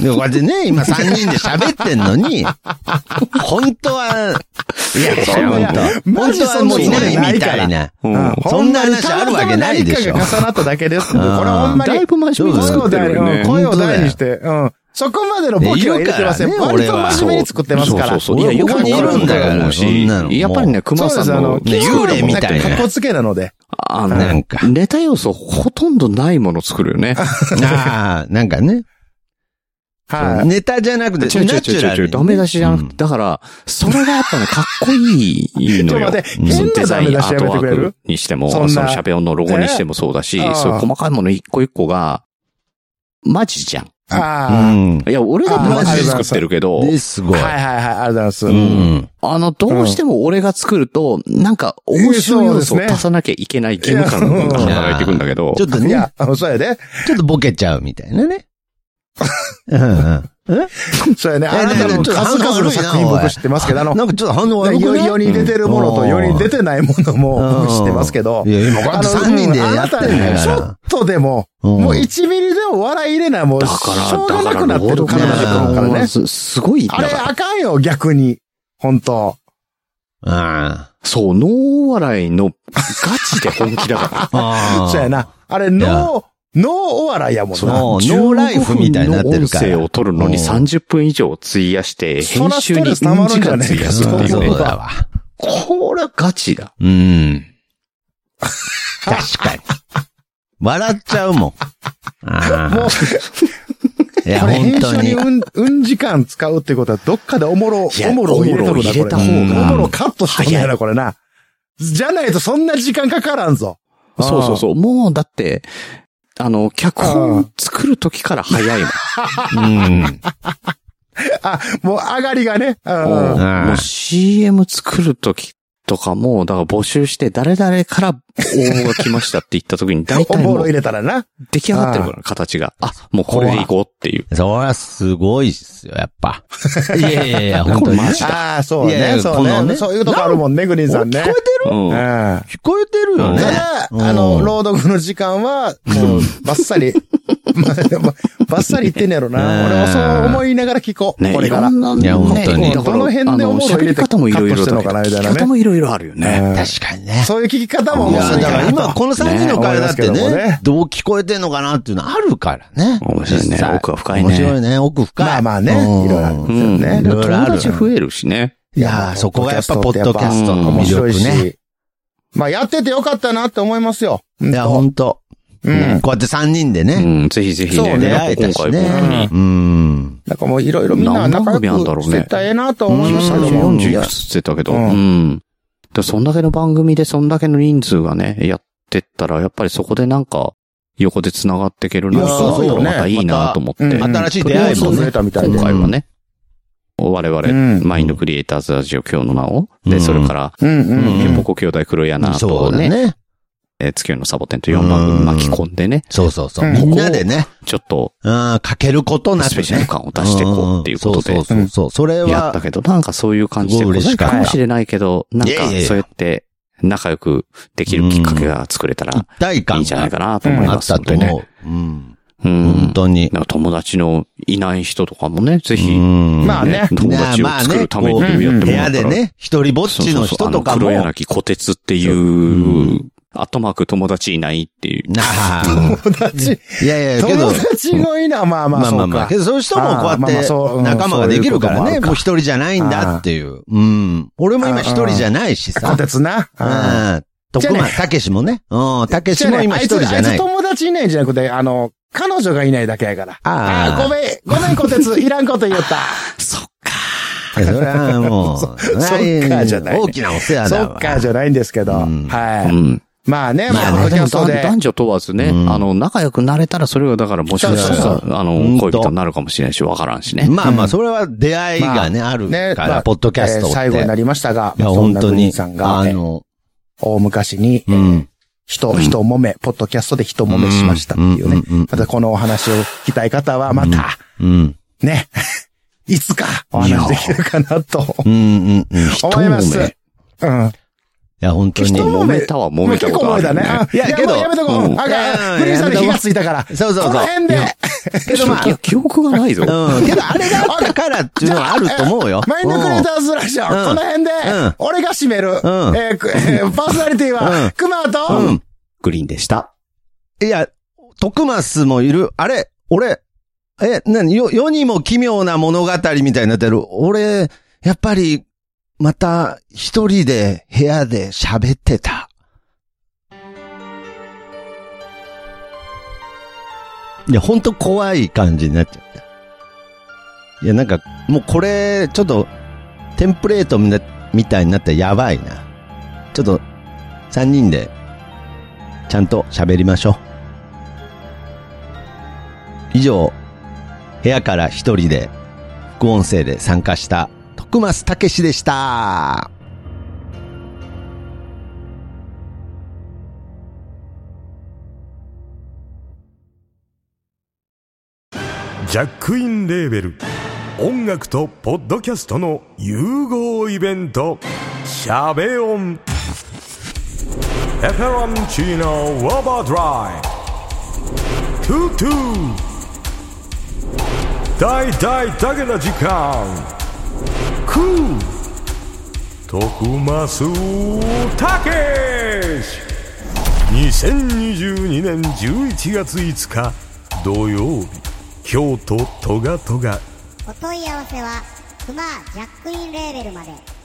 で、こうやってね、今3人で喋ってん のに、本当は、いや、そん
い
な
や
本当
マ
本
ジ
当は
そんな
もういないみたいな。
あ。う
うん
ん。
そんな話あるわけないでしょ
ほんまにたまたま何かが重なっただけですので。
うん
これはほんまに。
だいぶ真面目に
声
作
を
ってる
大に
よ
うん
ね。
声を大にして。うん。そこまでのボケは入れてません。
いるから
割
ね
と真面目に作ってますから。
そうそうそう。いや、
俺
よ
こ
く
こにいるんだから
思う
そんなの
し、やっぱりね、
そ
熊
うで
さん
す、あ
の
の、、
ね幽霊みたいな
格好つけなので。
あ
な
の
んか、
ネタ要素ほとんどないもの作るよね。
ああ、なんかね。
はい。
ネタじゃなくて、ナチ
違う違う違う
ュラ
違
ル
う、
に。
ダメ出しじゃなく
う
て、だから、それがやっぱね、かっこいい
ち
の
ょっ
よ
と待っ。て、
うん
変な
デ
ダ
ザ
メ
イン
出
ア
し
ー
や
ト
めて
ワ
くれ
ー
る
クにしても、
そ
そ
んな
のシャベオンのロゴにしてもそうだし、
ね
そういう細かいもの一個一個が、マジじゃん。
あ
ん。
いや、俺だってマジで
あ
作
ー
ってるけど
う、ん。で、す
あ。
ご
はい
い。
はいはい、ありがとうございます。
うん。
あの、どうしても俺が作ると、なんか面白い要素を足さなきゃいけない義務感が働いてくんだけど
ちょ、っと
い
ね、
や、そうやで。
ちょっとボケちゃうみたいなね。うんうん。
そうやね。あ
え
なたの数々の作品僕知ってますけど、あの、
なんかちょっと反応悪くない
世に出てるものと世に出てないものも僕知ってますけど
い。や、今こうやって3人でやってるんだ
ち
か
ょ
ら
っ。とでも、
うん
もう1ミリでも笑い入れない、もう、
だ
し
から、
ょうが
だ
な
か
く
ら、
なってる体
だ
だからね。
すすごい、だ
あれ
から
あかんよ、逆に。本当
あ
そう、脳笑いのガチで本気だ から。
あ。
そうやな。あれ、脳、脳お笑いやもん
そう。
な。
ノーライフみたいになってるから。
15分の音声を取るのに
うん
30分以上費やして、
そ
編
らス
集
ト
に
レ
2
ス溜まる
時
んじゃ
間
ねえ
費
か
やすっていう
そう
ね。
だわ。
これはガチだ。
うん。 確かに。笑っちゃうもん。あ
もう、
あ。いや、
これ編
本当
集に
に。
うん、うん時間使うってことは、どっかでおもろ、
いや
おもろを入れと
おもろを
るな、
入れた方
これ
が
おもろカットしてんやな、これな。じゃないとそんな時間かからんぞ。
そうそうそう。もうだって、あの、脚本作る時から早いもん。
うん。
あ、もう上がりがね。うん
もう
うん
もう CM 作るときとかも、だから募集して誰々から応募が来ましたって言ったとき に、大
お
体
も
も
ろ
う
入れたらな。
出来上がってるから、形が。あ、もうこれでいこうっていう。
そりゃすごいっすよ、やっぱ。 いやいやいや、本当に。
これマジだ
ああ、そう
いやい
ね。
や
そ
この
うね。
ね
そういうとこあるもんね、グリーンさんね。
うん。
うん。
だ
た
聞こえてるよね。
だ、
うん
あの、朗読の時間は、もう、バッサリ、ままバッサリ言ってんねやろ
うん
な。俺もそう思いながら聞こう。
ね、
これ
い
か
ろ
ら。
んな、
いや本当に
ね
どの辺で
あ
おもろい入
喋
れ
り
て
方もいろいろ
カットしてん
だ
の
け
か
ど
なみた
聞
い
き
なね
方もいろいろあるよね。
うん
確かにね。
そういう聞き方も
い
面白
や、
い
だ
か
から
ら
今この3人の会話だって
ね思いますけども
ね
ね、
どう聞こえてんのかなっていうのはあるからね。
面白いね
実際
奥は深いね
面白いね、奥深い。
まあまあね
うん
いろいろある
う
そ
ん。
う
だから
ね
いろいろあ
友
る
達増えるしね。
いやー、そこがやっぱポッドキャストの
面
魅
白い
力ね。
し。まあ、やっててよかったなって思いますよ。い
いや、ほんと。
う
うんん。こうやって3人で
う
ね。
ん、ぜひぜひ
そう
ね。
ね
なんか今回本当に。
うん。
なんかもういろいろみんな仲良くしてったらええなと思いましたけども。
うん
40いくつって言ってたけど、う。
うんん
で、そんだけの番組でそんだけの人数がね、やってったら、やっぱりそこでなんか、横で繋がっていけるの
いや
は、
そうよね
またいいなと思って。
またうん
新しい出会いも
そう増
ね
え。たみたいで
今。回はね、我々、
うん
マインドクリエイターズラジオ今日の名を、
う
で、
ん
それから、
うん
うん
ヘンポコ兄弟黒柳
そ
と
うだ
ね、
ね。
えー月夜のサボテンと4番組巻き込んでね、
そうそうそう。
うん
みんなでね、
ちょっと
うん、かけることな
ス
く
ペ
ね。
シャル感を出していこうっていうことで
んそうそうそう。それ
やった
は、
けど、なんかそういう感じで、
すごい嬉しかった
もしれないけど、なんか
いやいやいや
そうやって仲良くできるきっかけが作れた
一
ら
体
いいん
感
じゃないか
が
なと思い
あ
ま
っ
す
た
の
と
でね。
思う。うん。
うん
本。当に。
なんか友達のいない人とかもね、ぜひ、
うん
まあね
友達を作るためにやってもらっ
部
たら
屋でね、一人ぼっ
そう
ち
そ
の
うそう
人と
あ
か
の黒
も。
柳小鉄っていう、アトマーク友達いないっていう。
な あ。
友達、
いやいや、け
友、
ど
達のいな、まあまあ、
まあ
そう
ま
か。
あまあ、けどそういう人もこうや
あーまあまあそう
っ
う
て
ん
仲間ができるから
そうい
ね、
うこともあるか
もう一人じゃないんだっていう。うん。俺も今一人じゃないし
小
さ。
鉄な。うん
うん。徳間、たけしもね。うん、たけしも今一人じゃ
あ
ないい
つ。友達いないんじゃなくて、あの、彼女がいないだけやから。
あー
あー、ごめん、ごめん、小 鉄、いらんこと言った。
そっ
それはもう、そ
そっかじゃない
大きなお世話
そ
だ
っ
わ。
か、じゃないんですけど。
うん
か。う
は
ん。
い。まあね、
ま
ま
あ
あ、ポ
ね
ッドキャスト
男
で。
男女問わずね、
うん
あの、仲良くなれたらそれがだからもしかした
そう
ら
そ、
あ
うん
の、
と
恋人になるかもしれないし、わからんしね。
まあまあ、それは出会いがね、ある
ね、
か
ま
ら、
あ
ポッドキャストっ
えー
て。
最後になりましたが、
いや、
そん
本
な
当
グリー
に
ンさん、が、
あ
えー
の、
大昔に、え
う
ー
ん。
人、人揉め、ポッドキャストで人揉めしましたっていうね。
うんうんうん
またこのお話を聞きたい方は、また、
うん。
ね、 いつかお話できるかなと
うん、うん、うん。い
思い
人揉
ま
め
す。うん。
や、本当
人
に。
揉めたは揉めたことあるよね
もう結構揉めたね。うん
いやけど
もうやめとこ
う
う。
ん
あ
う
か
ん
ん。グリーンさんに
やめとこう
火がついたから。
そうそうそう
この辺で。
けどまあ
い、や、記憶がないぞ。
うん。けど、あれがあったからっていうのはあると 思うよ。
マインドクリエイターズラジオ、この辺で
うん、
俺が締める、え
ん
ーくえーパーソナリティ
うん
は、熊
う
と、
ん。
グリーンでした。
いや、徳マスもいる。あれ俺、え、なに、よ世にも奇妙な物語みたいになってる。俺、やっぱり、また、一人で部屋で喋ってた。いや、ほんと怖い感じになっちゃった。いや、なんか、もうこれ、ちょっと、テンプレートみなみたいになったらやばいな。ちょっと、三人で、ちゃんと喋りましょう。以上、部屋から一人で副音声で参加した徳増たけしでした。
ジャックインレーベル音楽とポッドキャストの融合イベント「シャベオン」「エフェロンチーノウォーバードライ」「トゥトゥ」「大大だけな時間」「クー」「徳増たけし」2022年11月5日土曜日京都トガトガ
お問い合わせはクマージャックインレーベルまで。